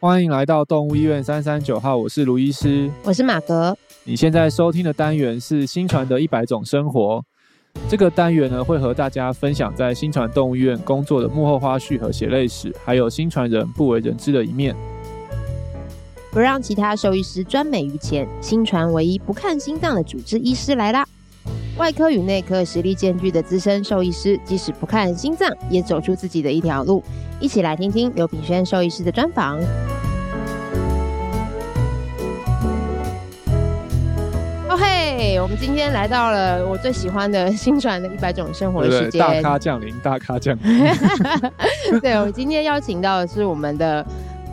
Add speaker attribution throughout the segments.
Speaker 1: 欢迎来到动物医院三三九号，我是卢医师。
Speaker 2: 我是马格，
Speaker 1: 你现在收听的单元是新传的一百种生活。这个单元呢，会和大家分享在新传动物医院工作的幕后花絮和血泪史，还有新传人不为人知的一面。
Speaker 2: 不让其他兽医师专美于前，新传唯一不看心脏的主治医师来啦！外科与内科实力兼具的资深兽医师，即使不看心脏，也走出自己的一条路。一起来听听刘品轩兽医师的专访。哦嘿，我们今天来到了我最喜欢的新传的一百种生活
Speaker 1: 对
Speaker 2: 的
Speaker 1: 不
Speaker 2: 时
Speaker 1: 对？
Speaker 2: 间，
Speaker 1: 大咖降临，大咖降临。
Speaker 2: 对，我今天邀请到的是我们的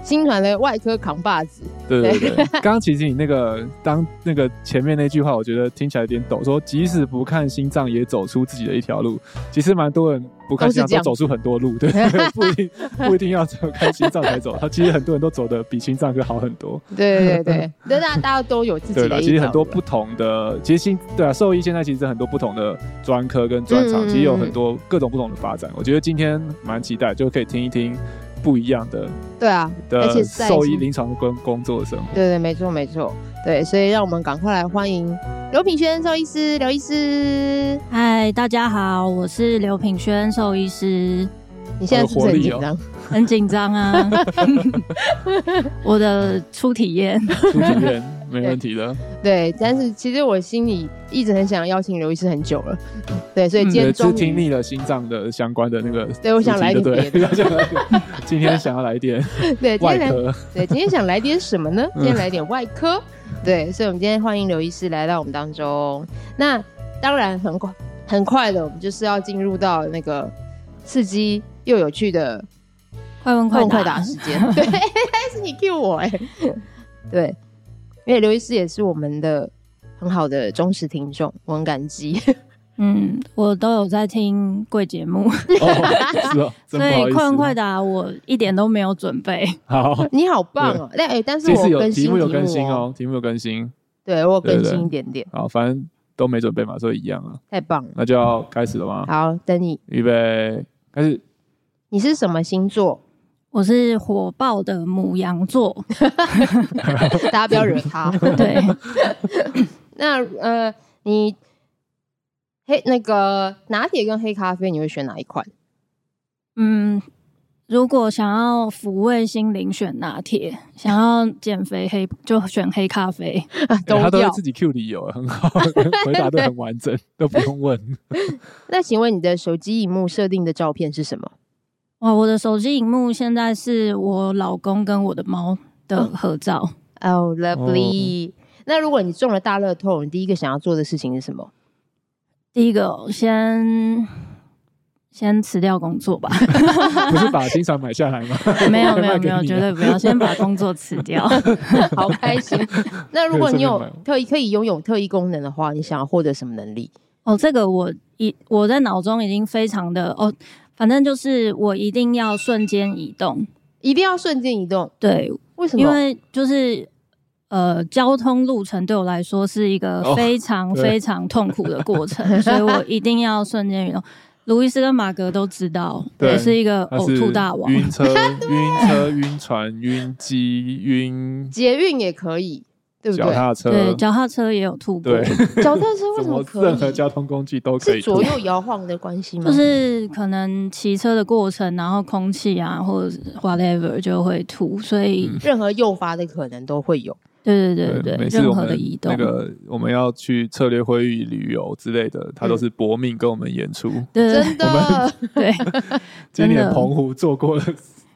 Speaker 2: 新传的外科扛把子，
Speaker 1: 对对对。刚刚其实你那个当那个前面那句话，我觉得听起来有点抖，说即使不看心脏也走出自己的一条路。其实蛮多人不看心
Speaker 2: 都是这
Speaker 1: 脏都
Speaker 2: 样
Speaker 1: 走出很多路， 对，不一定不一定要只有看心脏才走。他其实很多人都走的比心脏科好很多。
Speaker 2: 对 对对，对，大家大家都有自己
Speaker 1: 对
Speaker 2: 的
Speaker 1: 啦，
Speaker 2: 一
Speaker 1: 其实
Speaker 2: 条
Speaker 1: 很多
Speaker 2: 路
Speaker 1: 不同的，其实新对啊，兽医现在其实很多不同的专科跟专长，
Speaker 2: 嗯嗯
Speaker 1: 其实有
Speaker 2: 嗯
Speaker 1: 很多各种不同的发展。我觉得今天蛮期待，就可以听一听不一样的
Speaker 2: 对啊，而且
Speaker 1: 的
Speaker 2: 在
Speaker 1: 兽医
Speaker 2: 新
Speaker 1: 临床跟工作生活。
Speaker 2: 对对，没错没错，对，所以让我们赶快来欢迎刘品轩兽医师，刘医师，
Speaker 3: 嗨，大家好，我是刘品轩兽医师，
Speaker 2: 你现在是不是
Speaker 1: 好有活
Speaker 2: 很
Speaker 1: 力
Speaker 2: 紧
Speaker 1: 哦
Speaker 2: 张？
Speaker 3: 很紧张啊， 我的初 体验，
Speaker 1: 初体 验没问题的，
Speaker 2: 对，但是其实我心里一直很想邀请刘医师很久了，对，所以今
Speaker 1: 嗯对，
Speaker 2: 天
Speaker 1: 只
Speaker 2: 终
Speaker 1: 听
Speaker 2: 于。
Speaker 1: 腻了心脏的相关的那个主题就对。
Speaker 2: 对我想来点别
Speaker 1: 我 想来点今天想要来点
Speaker 2: 对，今
Speaker 1: 外
Speaker 2: 天来
Speaker 1: 科，
Speaker 2: 对今天想来点什么呢？
Speaker 1: 嗯
Speaker 2: 今天来点外科，对，所以我们今天欢迎刘医师来到我们当中。那当然很快很快的，我们就是要进入到那个刺激又有趣的
Speaker 3: 快问
Speaker 2: 快
Speaker 3: 快
Speaker 2: 问快
Speaker 3: 答，
Speaker 2: 答时间。对， 是你 Q 我哎、对，因为刘医师也是我们的很好的忠实听众，我很感激。
Speaker 3: 嗯，我都有在听贵节目，
Speaker 1: 哦，是哦，真
Speaker 3: 所
Speaker 1: 不
Speaker 3: 以
Speaker 1: 好意思。
Speaker 3: 快问快答我一点都没有准备，
Speaker 1: 好，
Speaker 2: 你好棒哦、那哎、但是
Speaker 1: 这
Speaker 2: 我
Speaker 1: 次有
Speaker 2: 更新
Speaker 1: 题目有更新
Speaker 2: 哦、
Speaker 1: 哦，题目有更新，
Speaker 2: 对我有更
Speaker 1: 对对
Speaker 2: 新一点点，
Speaker 1: 好，反正都没准备嘛，所以一样啊。
Speaker 2: 太棒了。
Speaker 1: 那就要开始了吗？
Speaker 2: 好，等你。
Speaker 1: 预备，开始。
Speaker 2: 你是什么星座？
Speaker 3: 我是火爆的母 羊座，
Speaker 2: 大家不要惹他。
Speaker 3: 对，
Speaker 2: 那呃，你黑那个拿铁跟黑咖啡，你会选哪 一款？
Speaker 3: 嗯。如果想要抚慰心灵，选拿铁；想要减肥黑，就选黑咖啡。
Speaker 2: 啊都
Speaker 1: 欸他都会
Speaker 2: 要。
Speaker 1: 自己 Q 理由，很好，回答的很完整，都不用问。
Speaker 2: 那请问你的手机荧幕设定的照片是什么？
Speaker 3: 哇，我的手机荧幕现在是我老公跟我的猫的合照。
Speaker 2: 哦、lovely。那如果你中了大乐透，你第一个想要做的事情是什么？
Speaker 3: 第一个先先辞掉工作吧，
Speaker 1: 不是把新船买下来吗？
Speaker 3: 没有
Speaker 1: 我会
Speaker 3: 没有
Speaker 1: 卖给
Speaker 3: 没有，
Speaker 1: 你
Speaker 3: 绝
Speaker 1: 啊
Speaker 3: 对不要，先把工作辞掉。
Speaker 2: 好开心。 那如果
Speaker 1: 对顺
Speaker 2: 你
Speaker 1: 便
Speaker 2: 有
Speaker 1: 买
Speaker 2: 特异可以拥有特异功能的话，你想要获得什么能力？
Speaker 3: 哦，这个我一我在脑中已经非常的哦，反正就是我一定要瞬间移动，
Speaker 2: 一定要瞬间移动？
Speaker 3: 对，
Speaker 2: 为什么？
Speaker 1: 哦
Speaker 3: 因为就是。呃，交通路程对我来说是一个
Speaker 1: 哦
Speaker 3: 非常
Speaker 1: 对
Speaker 3: 非常痛苦的过程， 所以我一定要瞬间移动。卢伊斯跟马格都知道，
Speaker 1: 对
Speaker 3: 我是一个
Speaker 1: 他
Speaker 3: 呕
Speaker 1: 是
Speaker 3: 吐大王，
Speaker 1: 晕车、晕车、晕船、晕机、晕
Speaker 2: 捷运也可以，对不
Speaker 1: 脚
Speaker 2: 对？
Speaker 1: 踏车，
Speaker 3: 对，脚踏车也有吐过，
Speaker 1: 对，
Speaker 2: 脚踏车为
Speaker 1: 怎
Speaker 2: 什么
Speaker 1: 么
Speaker 2: 可
Speaker 1: 任何
Speaker 2: 以？
Speaker 1: 交通工具都可以
Speaker 2: 是左
Speaker 1: 吐。
Speaker 2: 右摇晃的关系吗？
Speaker 3: 就是可能骑车的过程，然后空气啊，或者是 whatever 就会吐，所以、
Speaker 1: 嗯
Speaker 2: 任何诱发的可能都会有。
Speaker 3: 对对对对，
Speaker 1: 每次
Speaker 3: 任
Speaker 1: 我
Speaker 3: 何的
Speaker 1: 们
Speaker 3: 移动，
Speaker 1: 那个我们要去策略会议、旅游之类的，他都是搏命跟我们演出。
Speaker 3: 对对
Speaker 2: 真的，
Speaker 3: 对，
Speaker 1: 今
Speaker 3: 真
Speaker 1: 年
Speaker 3: 的
Speaker 1: 澎湖做过了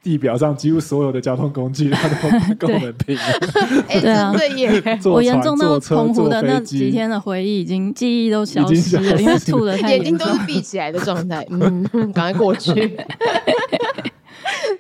Speaker 1: 地表上几乎所有的交通工具，他都跟我们拼。
Speaker 2: 哎，
Speaker 3: 对啊
Speaker 2: 真的 耶，
Speaker 1: 坐
Speaker 3: 我严
Speaker 1: 船
Speaker 3: 重
Speaker 1: 坐
Speaker 3: 到
Speaker 1: 车
Speaker 3: 澎湖
Speaker 1: 坐
Speaker 3: 的
Speaker 1: 飞
Speaker 3: 那
Speaker 1: 机
Speaker 3: 几天的回忆已经记忆都消
Speaker 1: 已经
Speaker 3: 失
Speaker 1: 消
Speaker 3: 了，
Speaker 1: 失
Speaker 3: 因为吐的太
Speaker 2: 眼睛
Speaker 3: 严
Speaker 2: 都
Speaker 3: 重。
Speaker 2: 是闭起来的状态。嗯， 赶快过去。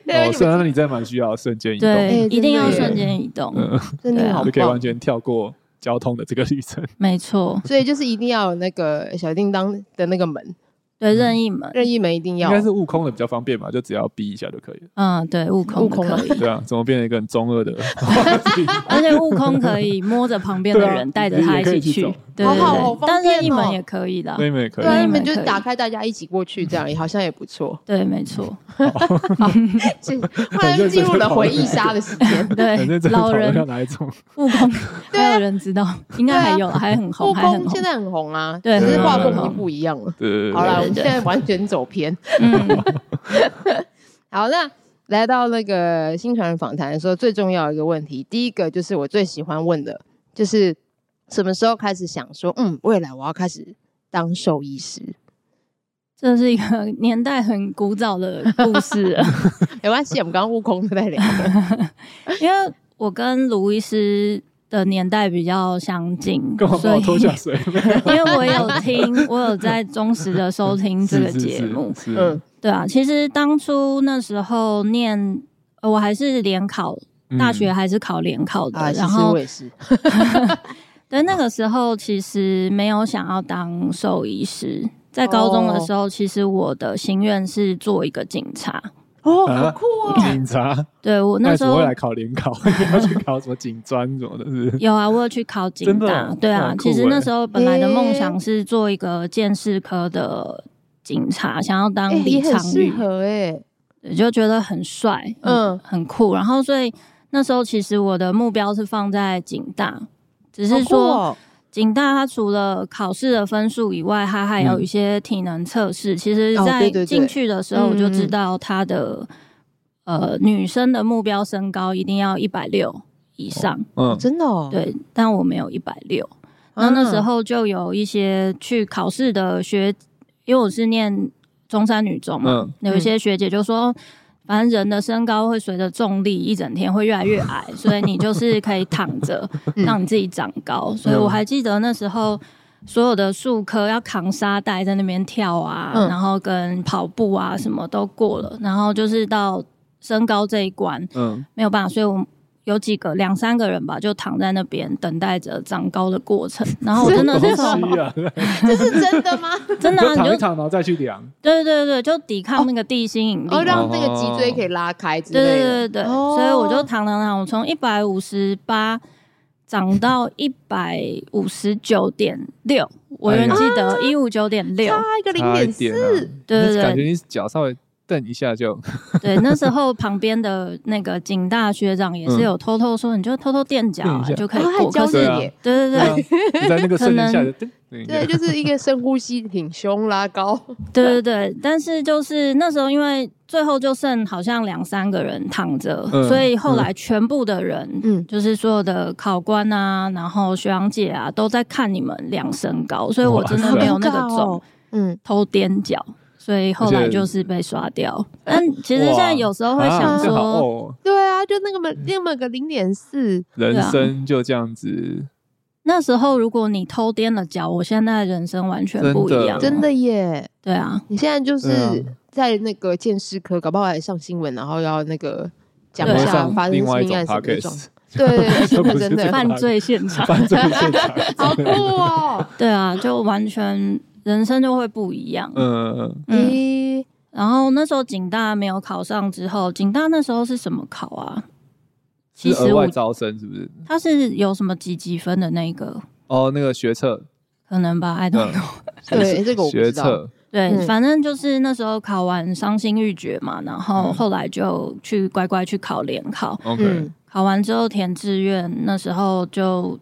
Speaker 2: 对啊，
Speaker 1: 哦，
Speaker 2: 你
Speaker 1: 虽
Speaker 2: 们
Speaker 1: 然你真的蛮需要瞬间移动，
Speaker 3: 对
Speaker 2: 哎，
Speaker 3: 一定要
Speaker 1: 真的耶
Speaker 3: 瞬间移动，
Speaker 1: 嗯，
Speaker 2: 真
Speaker 3: 对
Speaker 2: 的
Speaker 3: 啊
Speaker 2: 好
Speaker 1: 就可以
Speaker 2: 棒
Speaker 1: 完。全跳过交通的这个旅程。
Speaker 3: 没错，
Speaker 2: 所以就是一定要有那个小叮当的那个门，
Speaker 1: 嗯
Speaker 3: 对，任意门，
Speaker 2: 任意门一定
Speaker 1: 应
Speaker 2: 要。
Speaker 1: 该是悟空的比较方便吧，就只要逼一下就可以了。
Speaker 3: 嗯，对，悟空
Speaker 2: 悟
Speaker 3: 的
Speaker 2: 空的
Speaker 3: 可以，
Speaker 1: 对啊，怎么变成一个很中二的？
Speaker 3: 而且悟空可以摸着旁边的
Speaker 1: 对啊
Speaker 3: 人，带着他
Speaker 1: 也可以
Speaker 3: 一起
Speaker 1: 去
Speaker 3: 去
Speaker 1: 走，
Speaker 3: 对
Speaker 2: 好
Speaker 3: 对
Speaker 2: 好好
Speaker 3: 对，
Speaker 2: 方
Speaker 3: 但
Speaker 2: 便
Speaker 3: 是一
Speaker 2: 哦
Speaker 3: 门也可以的。
Speaker 1: 那你们也可以
Speaker 2: 对啊，
Speaker 3: 对
Speaker 2: 你们就
Speaker 3: 可以
Speaker 2: 打开大家一起过去，这样也好像也不错。
Speaker 3: 对，没错，
Speaker 2: 是，后来就进入了回忆杀的时 间。
Speaker 3: 对
Speaker 1: 反正这，
Speaker 3: 老
Speaker 1: 要
Speaker 3: 人
Speaker 1: 哪一种？
Speaker 3: 故宫
Speaker 2: 对啊
Speaker 3: 还有人知道，应该还有，还很
Speaker 2: 故
Speaker 3: 红，还很
Speaker 2: 宫
Speaker 3: 红
Speaker 2: 现。在很红啊，
Speaker 3: 对
Speaker 2: 只是画
Speaker 1: 很红很
Speaker 2: 风已经
Speaker 1: 红
Speaker 2: 不一样了。
Speaker 1: 对对对
Speaker 2: 好了，我
Speaker 1: 对，
Speaker 2: 们现在完全走偏。
Speaker 3: 嗯，
Speaker 2: 好，那来到那个新传人访谈的时候，最重要的一个问题，第一个就是我最喜欢问的，就是什么时候开始想说，嗯，未来我要开始当兽医 师？
Speaker 3: 这是一个年代很古早的故事了，
Speaker 2: 没关哎系，我们刚刚悟空都 在聊。
Speaker 3: 因为我跟卢医师的年代比较相近，
Speaker 1: 干嘛把
Speaker 3: 所
Speaker 1: 我拖下
Speaker 3: 以。
Speaker 1: 水？
Speaker 3: 因为我有听，我有在忠实的收听这个节目，
Speaker 1: 是，是是
Speaker 2: 嗯
Speaker 1: 是
Speaker 3: 对啊，其实当初那时候念，呃我还是联考，
Speaker 1: 嗯
Speaker 3: 大学还是考联考的，
Speaker 2: 啊，其
Speaker 3: 然
Speaker 2: 实
Speaker 3: 后
Speaker 2: 我也是，
Speaker 3: 对那个时候其实没有想要当兽医师，在高中的时候，其实我的心愿是做一个警察。
Speaker 2: 哦，
Speaker 1: 啊
Speaker 2: 好酷哦！
Speaker 1: 警察，
Speaker 3: 对我那
Speaker 1: 那
Speaker 3: 时
Speaker 1: 哎怎么
Speaker 3: 候
Speaker 1: 会来考联考？ 你要去考什么警专什么的？是不是
Speaker 3: 有啊，我有去考警
Speaker 1: 真的
Speaker 3: 大
Speaker 1: 哦，
Speaker 3: 对啊
Speaker 1: 哇，
Speaker 3: 其实
Speaker 1: 酷欸
Speaker 3: 那时候本来的梦
Speaker 2: 哎
Speaker 3: 想是做一个建士科的警察，想要当
Speaker 2: 哎，也
Speaker 3: 李
Speaker 2: 很
Speaker 3: 昌
Speaker 2: 适
Speaker 3: 钰，
Speaker 2: 合哎，
Speaker 3: 对就觉得很帅，
Speaker 2: 嗯
Speaker 3: 嗯，很酷。然后所以那时候其实我的目标是放在警大，只是
Speaker 2: 好酷
Speaker 3: 说
Speaker 2: 哦
Speaker 3: 警大它除了考试的分数以外，它还有一些体能测试。其实，
Speaker 2: 嗯哦
Speaker 3: 在
Speaker 2: 对对对
Speaker 3: 进去的时候我就
Speaker 2: 嗯
Speaker 3: 知
Speaker 2: 嗯
Speaker 3: 道它的呃女生的目标身高一定要一百六以上。
Speaker 1: 嗯，
Speaker 2: 真的哦，
Speaker 3: 对，但我没有一百六。
Speaker 2: 啊，
Speaker 3: 那那时候就有一些去考试的学，因为我是念中山女中
Speaker 2: 嗯
Speaker 3: 嘛，
Speaker 1: 嗯
Speaker 3: 有一些学姐就说，反正人的身高会随着重力一整天会越来越矮，所以你就是可以躺着
Speaker 2: 嗯
Speaker 3: 让你自己长高。所以我还记得那时候。所有的术科要扛沙袋在那边跳啊，
Speaker 2: 嗯
Speaker 3: 然后跟跑步啊什么都过了，然后就是到身高这一关，
Speaker 1: 嗯，
Speaker 3: 没有办法，所以我们有几个两三个人吧，就躺在那边等待着长高的过程。然后我真的
Speaker 1: 东
Speaker 3: 是
Speaker 1: 西
Speaker 3: 从
Speaker 1: 啊，
Speaker 2: 这是真的 吗？
Speaker 3: 真的
Speaker 1: 就
Speaker 3: 啊、你
Speaker 1: 躺一
Speaker 3: 就
Speaker 1: 躺，然后再去量。
Speaker 3: 对对对，就抵抗那个地心引力。
Speaker 2: 哦，让那个脊椎可以拉开之
Speaker 3: 对
Speaker 2: 类
Speaker 3: 对
Speaker 2: 的，
Speaker 3: 对对，
Speaker 2: 哦
Speaker 3: 所以我就躺躺躺，我从一百五十八长到一百五十九点六，我永远记得一五九点六。
Speaker 2: 差一个零
Speaker 1: 差一
Speaker 2: 点
Speaker 1: 点
Speaker 2: 四，
Speaker 1: 啊，
Speaker 3: 对对
Speaker 1: 那
Speaker 3: 对
Speaker 1: 感觉你脚稍微蹬一下 就，
Speaker 3: 对，那时候旁边的那个警大学长也是有偷偷说，你就偷偷垫脚、
Speaker 1: 垫一
Speaker 3: 啊、
Speaker 1: 下
Speaker 3: 就可以
Speaker 2: 然后哦还
Speaker 3: 过。
Speaker 2: 教
Speaker 3: 可
Speaker 2: 你
Speaker 3: 是
Speaker 1: 对啊
Speaker 2: 耶，
Speaker 3: 对
Speaker 1: 对
Speaker 3: 对对，
Speaker 1: 啊，你在那个瞬间下就噔，对
Speaker 2: 对，就是一个深呼吸、挺胸、拉高。
Speaker 3: 对对对，但是就是那时候，因为最后就剩好像两三个人躺着，
Speaker 1: 嗯
Speaker 3: 所以后来全部的人，
Speaker 2: 嗯
Speaker 3: 嗯，就是所有的考官啊，然后学长姐啊，都在看你们量身高，所以我真的没有那个
Speaker 2: 哇哦好尴尬
Speaker 3: 种
Speaker 2: 哦嗯，
Speaker 3: 偷踮脚，所以后
Speaker 1: 而
Speaker 3: 来
Speaker 1: 且
Speaker 3: 就是被刷掉。但其实现在有时候会
Speaker 1: 啊
Speaker 3: 想
Speaker 1: 这好
Speaker 3: 说，
Speaker 1: 哦，
Speaker 2: 对啊，就那个么那么个零点四，
Speaker 1: 人
Speaker 3: 对啊
Speaker 1: 生就这样子，
Speaker 3: 那时候如果你偷踮了脚，我现在的人生完全不一样，
Speaker 2: 真，的耶！
Speaker 3: 对啊，
Speaker 2: 你现在就是
Speaker 1: 对啊
Speaker 2: 在那个鉴识科，搞不好还上新闻，然后要那个讲
Speaker 3: 对
Speaker 2: 一
Speaker 1: 会
Speaker 3: 啊
Speaker 2: 下
Speaker 1: 上
Speaker 2: 发生
Speaker 1: 另外一
Speaker 2: 命
Speaker 1: 种
Speaker 2: 案什么的状
Speaker 1: podcast，
Speaker 2: 对对，真的
Speaker 1: 不是
Speaker 2: 真
Speaker 1: 这个
Speaker 2: 的，
Speaker 3: 犯罪现 场，
Speaker 1: 犯罪现场，
Speaker 2: 好酷哦！
Speaker 3: 对啊，就完全人生就会不一样，
Speaker 1: 嗯，
Speaker 3: 嗯
Speaker 2: 咦，
Speaker 3: 然后那时候警大没有考上之后，警大那时候是什么考啊？七
Speaker 1: 是
Speaker 3: 十
Speaker 1: 额
Speaker 3: 五
Speaker 1: 外，招生是不是？
Speaker 3: 它是有什么几几分的那个？
Speaker 1: 哦，那个学测，
Speaker 3: 可能吧，I don't
Speaker 1: 嗯
Speaker 3: know。
Speaker 2: 对，这个我不
Speaker 1: 学
Speaker 2: 知道。
Speaker 1: 测，
Speaker 3: 对，
Speaker 2: 嗯
Speaker 3: 反正就是那时候考完伤心欲绝嘛，然后后来就去乖乖去考联考，
Speaker 1: OK，
Speaker 2: 嗯，
Speaker 3: 考完之后填志愿，那时候就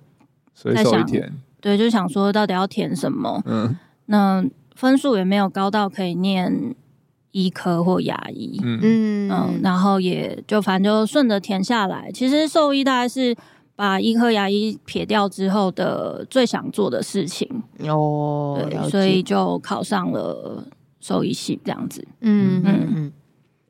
Speaker 1: 随手一填，
Speaker 3: 对，就想说到底要填什么，
Speaker 1: 嗯
Speaker 3: 那分数也没有高到可以念医科或牙医，
Speaker 1: 嗯
Speaker 2: 嗯
Speaker 3: 嗯，，然后也就反正就顺着填下来。其实兽医大概是把医科牙医撇掉之后的最想做的事情，
Speaker 2: 哦，了
Speaker 3: 对，
Speaker 2: 解
Speaker 3: 所以就考上了兽医系这样子。
Speaker 2: 嗯嗯
Speaker 3: 嗯
Speaker 2: 嗯，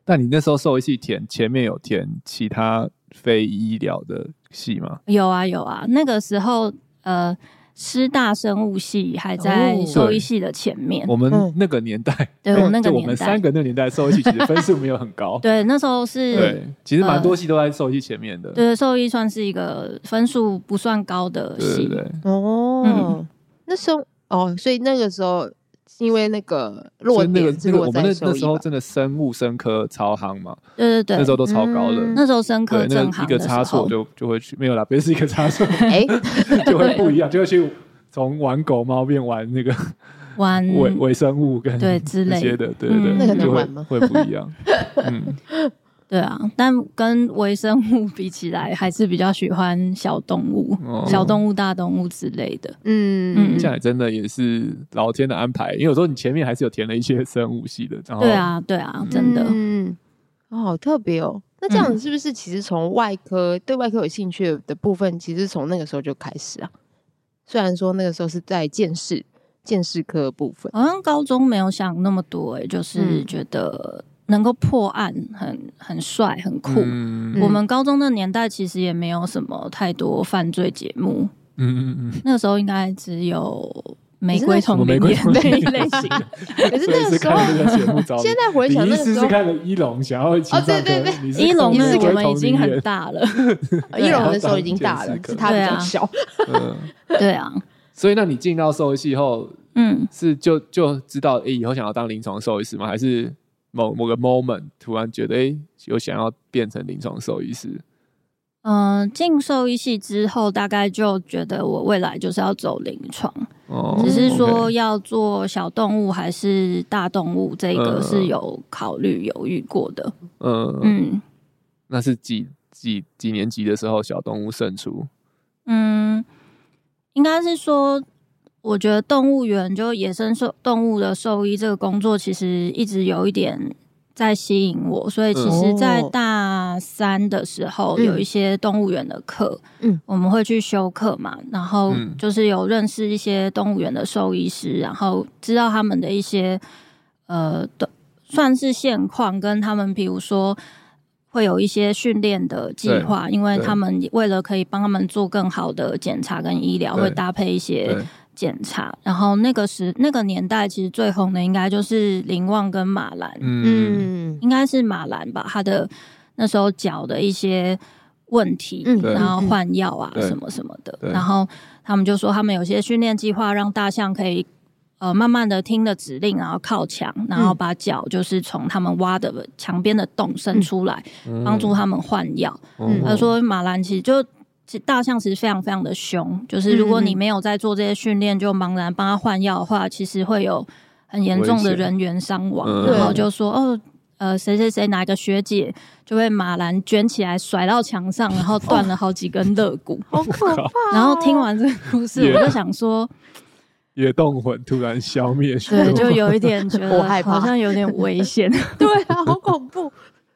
Speaker 1: 但你那时候兽医系填前面有填其他非医疗的系吗？
Speaker 3: 有啊有啊，那个时候呃，师大生物系还在
Speaker 2: 哦
Speaker 3: 兽医系的前面，
Speaker 1: 我们
Speaker 2: 嗯
Speaker 1: 那个年代，
Speaker 3: 对我们那个
Speaker 1: 就我
Speaker 3: 年
Speaker 1: 们
Speaker 3: 代
Speaker 1: 三个那个年代兽医系其实分数没有很高，
Speaker 3: 对，那时候是。
Speaker 1: 对，其实蛮多戏都在兽医前面的。
Speaker 3: 嗯对，兽医算是一个分数不算高的
Speaker 1: 对
Speaker 3: 系，
Speaker 1: 对对，
Speaker 2: 哦
Speaker 3: 嗯，
Speaker 2: 那时候哦，所以那个时候因为那个落
Speaker 1: 所以那个
Speaker 2: 点是
Speaker 1: 那个
Speaker 2: 落
Speaker 1: 我们
Speaker 2: 在
Speaker 1: 那
Speaker 2: 兽
Speaker 1: 那
Speaker 2: 医
Speaker 1: 时候
Speaker 2: 吧
Speaker 1: 真的生物生科超行嘛，
Speaker 3: 对对对
Speaker 1: 那时候都超高的，
Speaker 2: 嗯
Speaker 3: 那时候生科
Speaker 1: 对，那
Speaker 3: 正
Speaker 1: 个一
Speaker 3: 行
Speaker 1: 个
Speaker 3: 的时
Speaker 1: 差错
Speaker 3: 候，
Speaker 1: 就就会去没有啦，不是一个差错
Speaker 2: 哎，
Speaker 1: 就会不一样，就会去从玩狗猫变玩那个
Speaker 3: 玩
Speaker 1: 微微生物跟
Speaker 3: 嗯对之
Speaker 1: 这
Speaker 3: 类
Speaker 1: 些
Speaker 3: 的，
Speaker 1: 的，对对
Speaker 3: 嗯
Speaker 1: 对，
Speaker 2: 那个能
Speaker 1: 就会
Speaker 2: 玩吗
Speaker 1: 会不一样。嗯，
Speaker 3: 对啊，但跟微生物比起来，还是比较喜欢小动物、
Speaker 1: 哦
Speaker 3: 小动物、大动物之类的。
Speaker 2: 嗯
Speaker 3: 嗯
Speaker 1: 这样也真的也是老天的安排，因为有时候你前面还是有填了一些生物系的，然后
Speaker 3: 对啊，对啊，真的。
Speaker 2: 嗯，哦，好特别哦。那这
Speaker 1: 嗯
Speaker 2: 样是不是其实从外科、对外科有兴趣的部分，其实从那个时候就开始啊？虽然说那个时候是在见识见识科的部 分，
Speaker 3: 好像高中没有想那么多、欸，就是
Speaker 2: 嗯
Speaker 3: 觉得能够破案很很帅很酷。
Speaker 1: 嗯
Speaker 3: 我们高中的年代其实也没有什么太多犯罪节目，
Speaker 1: 嗯嗯嗯，
Speaker 3: 那时候应该只有玫瑰
Speaker 1: 什
Speaker 3: 童
Speaker 1: 么玫
Speaker 3: 林
Speaker 1: 瑰
Speaker 3: 演
Speaker 1: 童
Speaker 3: 的
Speaker 1: 林
Speaker 3: 一类型。
Speaker 2: 可 是
Speaker 1: 所以是
Speaker 2: 那个时候，
Speaker 1: 看这个节目找你
Speaker 2: 现。在回
Speaker 1: 你
Speaker 2: 想
Speaker 1: 一
Speaker 2: 那个
Speaker 1: 思
Speaker 2: 时
Speaker 1: 是
Speaker 2: 候，哦
Speaker 1: 看了一龙，想要去上
Speaker 2: 对对
Speaker 1: 课
Speaker 2: 对
Speaker 1: 你是
Speaker 3: 一龙
Speaker 1: 看
Speaker 3: 那
Speaker 1: 了
Speaker 3: 我
Speaker 1: 微
Speaker 3: 们已
Speaker 1: 童
Speaker 3: 经
Speaker 1: 林
Speaker 3: 很
Speaker 1: 演
Speaker 3: 大了，
Speaker 2: 一
Speaker 1: 对啊
Speaker 2: 龙的 时候已经大
Speaker 1: 见，
Speaker 2: 了
Speaker 1: 识科
Speaker 2: 是他比
Speaker 3: 对
Speaker 2: 较
Speaker 3: 啊
Speaker 2: 小。
Speaker 1: 嗯，
Speaker 3: 对啊，
Speaker 1: 所以那你进到兽医系后，
Speaker 3: 嗯，
Speaker 1: 是就就知道诶、以后想要当临床兽医师吗？还是某某个 moment 突然觉得诶、有想要变成临床兽医师？
Speaker 3: 嗯，进兽医系之后，大概就觉得我未来就是要走临床，
Speaker 1: 哦
Speaker 3: 只是说
Speaker 1: OK
Speaker 3: 要做小动物还是大动物，这个
Speaker 1: 嗯
Speaker 3: 是有考虑犹豫过的。
Speaker 1: 嗯，
Speaker 3: 嗯
Speaker 1: 那是几几几年级的时候小动物胜出？
Speaker 3: 嗯，应该是说，我觉得动物园就野生兽动物的兽医这个工作，其实一直有一点。在吸引我，所以其实，
Speaker 2: 嗯
Speaker 3: 在大三的时候，
Speaker 2: 嗯
Speaker 3: 有一些动物园的课，
Speaker 2: 嗯，
Speaker 3: 我们会去修课嘛，然后
Speaker 1: 嗯
Speaker 3: 就是有认识一些动物园的兽医师，然后知道他们的一些呃的算是现况，跟他们比如说会有一些训练的计划，因为
Speaker 1: 对
Speaker 3: 他们为了可以帮他们做更好的检查跟医疗，
Speaker 1: 对
Speaker 3: 会搭配一些
Speaker 1: 对，
Speaker 3: 检查。然后那个时那个年代，其实最红的应该就是林旺跟马兰，
Speaker 1: 嗯，
Speaker 2: 嗯
Speaker 3: 应该是马兰吧，他的那时候脚的一些问题，
Speaker 2: 嗯
Speaker 1: 对
Speaker 3: 然后换药啊
Speaker 1: 对
Speaker 3: 什么什么的，
Speaker 1: 对
Speaker 3: 然后他们就说他们有些训练计划让大象可以。呃，慢慢的听的指令，然后靠墙，然
Speaker 1: 嗯
Speaker 3: 后把脚就是从他们挖的墙边的洞伸
Speaker 1: 嗯
Speaker 3: 出来，帮助他们换药。
Speaker 1: 哦
Speaker 2: 嗯
Speaker 3: 他说马兰其实就其实大象其实非常非常的凶，就是如果
Speaker 2: 嗯嗯
Speaker 3: 你没有在做这些训练，就茫然帮他换药的话，其实会有很严重的
Speaker 1: 危险
Speaker 3: 人员伤
Speaker 1: 嗯
Speaker 3: 亡。
Speaker 2: 对
Speaker 3: 然后就说哦。呃，谁谁谁哪一个学姐就被马兰卷起来甩到墙上，然后断了好几根肋骨。
Speaker 2: 好可怕哦。
Speaker 3: 然后听完这个故事，
Speaker 1: Yeah
Speaker 3: 我就 想说，
Speaker 1: 野动魂突然消灭，
Speaker 3: 对，就有一点觉
Speaker 2: 我
Speaker 3: 得
Speaker 2: 害怕
Speaker 3: 好像有点危险。
Speaker 2: 对啊，好 恐怖。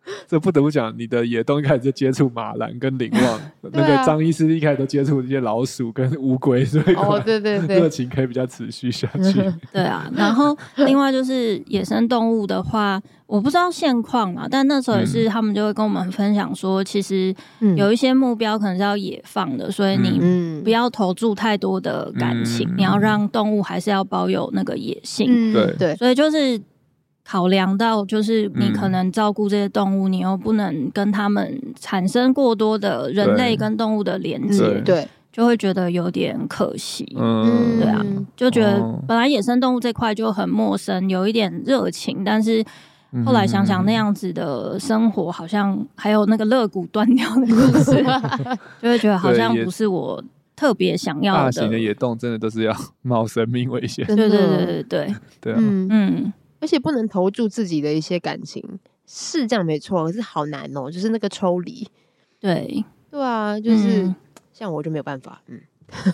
Speaker 1: 这不得不讲，你的野动一开始就接触马兰跟林旺， 那
Speaker 2: 对
Speaker 1: 个
Speaker 2: 啊
Speaker 1: 张医师一开始都接触这些老鼠 跟乌龟，所以可
Speaker 2: 哦，
Speaker 1: 能
Speaker 2: 对对
Speaker 1: 热
Speaker 2: 对，
Speaker 1: 情可以比较持续下 去。
Speaker 3: 对啊，然后另外就是野生动物的话，我不知道现况啊，但那时候也
Speaker 1: 嗯
Speaker 3: 是他们就会跟我们分享说，其实
Speaker 2: 嗯
Speaker 3: 有一些目标可能是要野放的，所以你
Speaker 2: 嗯
Speaker 3: 不要投注太多的感情，
Speaker 1: 嗯
Speaker 3: 你要让动物还是要保有那个野性。
Speaker 2: 嗯
Speaker 1: 对
Speaker 2: 对，
Speaker 3: 所以就是考量到，就是你
Speaker 1: 嗯
Speaker 3: 可能照顾这些动物，你又不能跟它们产生过多的人类
Speaker 1: 对
Speaker 3: 跟动物的连
Speaker 1: 对
Speaker 3: 接
Speaker 2: 嗯，对，
Speaker 3: 就会觉得有点可惜。
Speaker 1: 嗯，
Speaker 3: 对啊
Speaker 2: 嗯
Speaker 3: 就觉得
Speaker 1: 哦
Speaker 3: 本来野生动物这块就很陌生，有一点热情，但是
Speaker 1: 嗯
Speaker 3: 后来想想那样子的生活，好像还有那个肋骨断掉的故事， 就会觉得好像
Speaker 1: 对也
Speaker 3: 不是我特别想要
Speaker 1: 大
Speaker 3: 的。
Speaker 1: 型的野动真的都是要 冒生命危险，
Speaker 2: 真
Speaker 3: 对
Speaker 2: 的
Speaker 3: 对对对对，
Speaker 1: 对啊，
Speaker 2: 嗯，
Speaker 3: 嗯，
Speaker 2: 而且不能投注自己的一些感情，是这样没错，可是好难哦，就是那个抽离。
Speaker 3: 对，
Speaker 2: 对啊，就是、
Speaker 3: 嗯
Speaker 2: 像我就没有办法，嗯，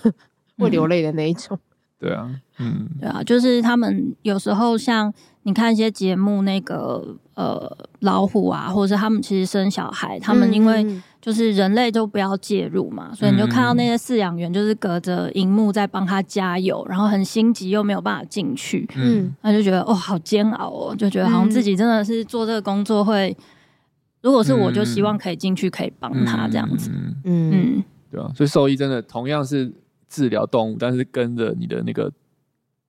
Speaker 2: 会流泪的那一种。
Speaker 1: 对啊，嗯，
Speaker 3: 对啊，就是他们有时候像你看一些节目，那个呃老虎啊，或者是他们其实生小孩，他们因为
Speaker 2: 嗯
Speaker 3: 就是人类就不要介入嘛，所以你就看到那些饲养员就是隔着荧幕在帮他加油，然后很心急又没有办法进去，
Speaker 2: 嗯
Speaker 3: 那就觉得哦好煎熬哦，就觉得好像自己真的是做这个工作会，如果是我就希望可以进去可以帮他这样子，
Speaker 1: 嗯，
Speaker 2: 嗯
Speaker 3: 嗯，
Speaker 1: 对啊，所以兽医真的同样是治疗动物，但是跟着你的那个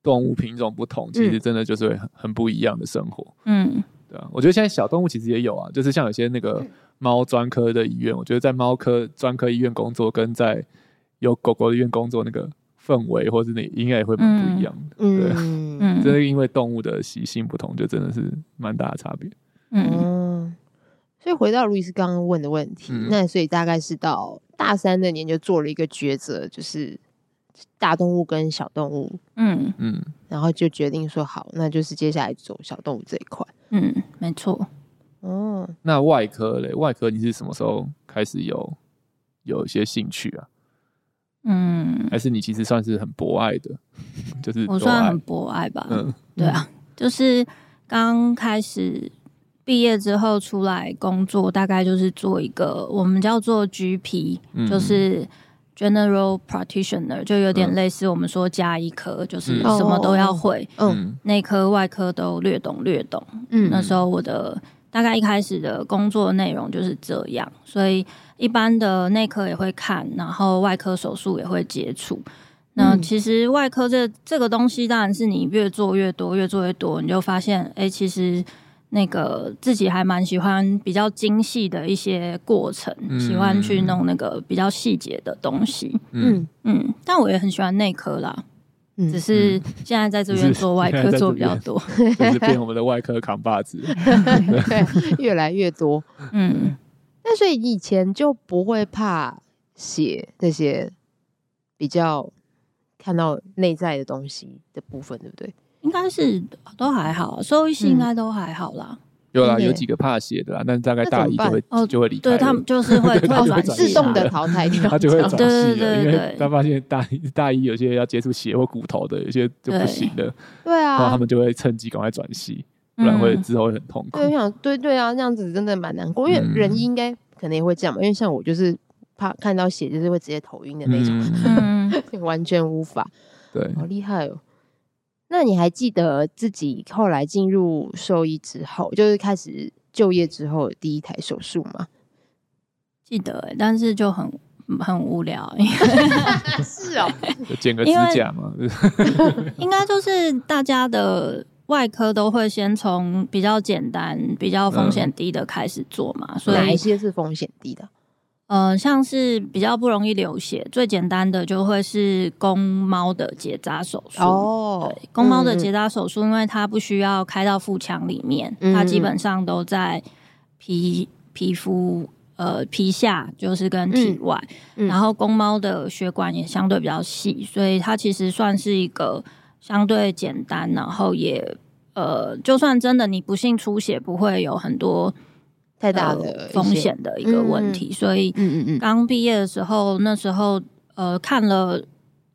Speaker 1: 动物品种不同，其实真的就是会很很不一样的生活。
Speaker 3: 嗯
Speaker 1: 对啊，我觉得现在小动物其实也有啊，就是像有些那个猫专科的医院，我觉得在猫科专科医院工作跟在有狗狗的医院工作那个氛围，或是那应该也会蛮不一样的。对啊，
Speaker 2: 嗯嗯
Speaker 3: 嗯
Speaker 1: 真的因为动物的习性不同，就真的是蛮大的差别。
Speaker 3: 嗯
Speaker 2: 嗯。所以回到路易斯刚刚问的问题，
Speaker 1: 嗯
Speaker 2: 那所以大概是到大三那年就做了一个抉择，就是大动物跟小动物，
Speaker 3: 嗯
Speaker 1: 嗯，
Speaker 2: 然后就决定说好，那就是接下来走小动物这一块。
Speaker 3: 嗯，没错。
Speaker 2: 哦，
Speaker 1: 那外科嘞，外科你是什么时候开始有有一些兴趣啊？
Speaker 3: 嗯，
Speaker 1: 还是你其实算是很博爱的，就是
Speaker 3: 我
Speaker 1: 都
Speaker 3: 算
Speaker 1: 爱
Speaker 3: 很博爱吧。
Speaker 1: 嗯
Speaker 3: 对啊，就是刚开始毕业之后出来工作，大概就是做一个我们叫做 GP，、
Speaker 1: 嗯
Speaker 3: 就是 General Practitioner，就有点类似我们说加医科，就是
Speaker 1: 嗯
Speaker 3: 什么都要会，
Speaker 2: 嗯
Speaker 1: 嗯
Speaker 3: 内科外科都略懂略懂。
Speaker 2: 嗯
Speaker 3: 那时候我的大概一开始的工作内容就是这样，所以一般的内科也会看，然后外科手术也会接触。那
Speaker 2: 嗯
Speaker 3: 其实外科这这个东西，当然是你越做越多，越做越多，你就发现，哎、其实那个自己还蛮喜欢比较精细的一些过程，
Speaker 1: 嗯
Speaker 3: 喜欢去弄那个比较细节的东西。
Speaker 1: 嗯，
Speaker 3: 嗯，但我也很喜欢内科啦，
Speaker 2: 嗯
Speaker 3: 只是现在在这边
Speaker 1: 只是
Speaker 3: 做外
Speaker 1: 现在
Speaker 3: 科
Speaker 1: 在
Speaker 3: 做
Speaker 1: 这
Speaker 3: 比较
Speaker 1: 边
Speaker 3: 多。
Speaker 1: 就是 变我们的外科扛把子。
Speaker 2: 对，越来越多。
Speaker 3: 嗯，
Speaker 2: 那所以以前就不会怕写这些比较看到内在的东西的部分，对不对？
Speaker 3: 应该是都还好，收益系
Speaker 2: 嗯
Speaker 3: 应该都还好啦。
Speaker 1: 有啦，
Speaker 2: 真的耶
Speaker 1: 有几个怕写的啦，但是大概
Speaker 2: 那
Speaker 1: 大
Speaker 2: 怎么
Speaker 1: 一就会
Speaker 3: 办哦
Speaker 1: 就会离开了，
Speaker 3: 对他们就是会
Speaker 1: 对
Speaker 3: 会
Speaker 1: 就会
Speaker 3: 转
Speaker 1: 转
Speaker 3: 啊
Speaker 2: 哦自
Speaker 3: 系
Speaker 1: 系
Speaker 3: 啦
Speaker 2: 动的淘汰掉，
Speaker 1: 他就会
Speaker 2: 这样
Speaker 1: 转
Speaker 3: 对
Speaker 1: 系
Speaker 3: 对
Speaker 1: 了，因
Speaker 3: 对
Speaker 1: 为
Speaker 3: 对
Speaker 1: 他发现大一大一有些要接触血或骨头的，有些就不
Speaker 3: 对
Speaker 1: 行了，
Speaker 2: 对
Speaker 1: 然后他
Speaker 2: 啊，
Speaker 1: 们就会趁机赶快转系，不然会
Speaker 3: 嗯
Speaker 1: 之后会很痛苦
Speaker 2: 对，我。想对对啊，那样子真的蛮难过，因为
Speaker 1: 嗯
Speaker 2: 人应该可能也会这样嘛，因为像我就是怕看到血就是会直接头晕的那种，
Speaker 1: 嗯，
Speaker 3: 嗯，
Speaker 2: 完全无法，
Speaker 1: 对，
Speaker 2: 好厉害哦。那你还记得自己后来进入兽医之后，就是开始就业之后的第一台手术吗？
Speaker 3: 记得、欸，但是就很很无聊， 因为
Speaker 2: 是哦，
Speaker 1: 就剪个指
Speaker 3: 因为
Speaker 1: 甲嘛， 就是
Speaker 3: 应该就是大家的外科都会先从比较简单、比较风险低的开始做嘛，所
Speaker 2: 哪一
Speaker 3: 以
Speaker 2: 些是风险低的？
Speaker 3: 呃，像是比较不容易流血，最简单的就会是公猫的结扎手术。
Speaker 2: 哦
Speaker 3: 对，公猫的结扎手术，因为它不需要开到腹腔里面，
Speaker 2: 嗯
Speaker 3: 它基本上都在皮皮肤呃皮下，就是跟体外。
Speaker 2: 嗯嗯
Speaker 3: 然后公猫的血管也相对比较细，所以它其实算是一个相对简单，然后也呃，就算真的你不幸出血，不会有很多
Speaker 2: 太
Speaker 3: 太
Speaker 2: 大的一些
Speaker 3: 风，险的一个问题，所以
Speaker 2: 嗯嗯嗯，
Speaker 3: 刚毕业的时候，那时候呃看了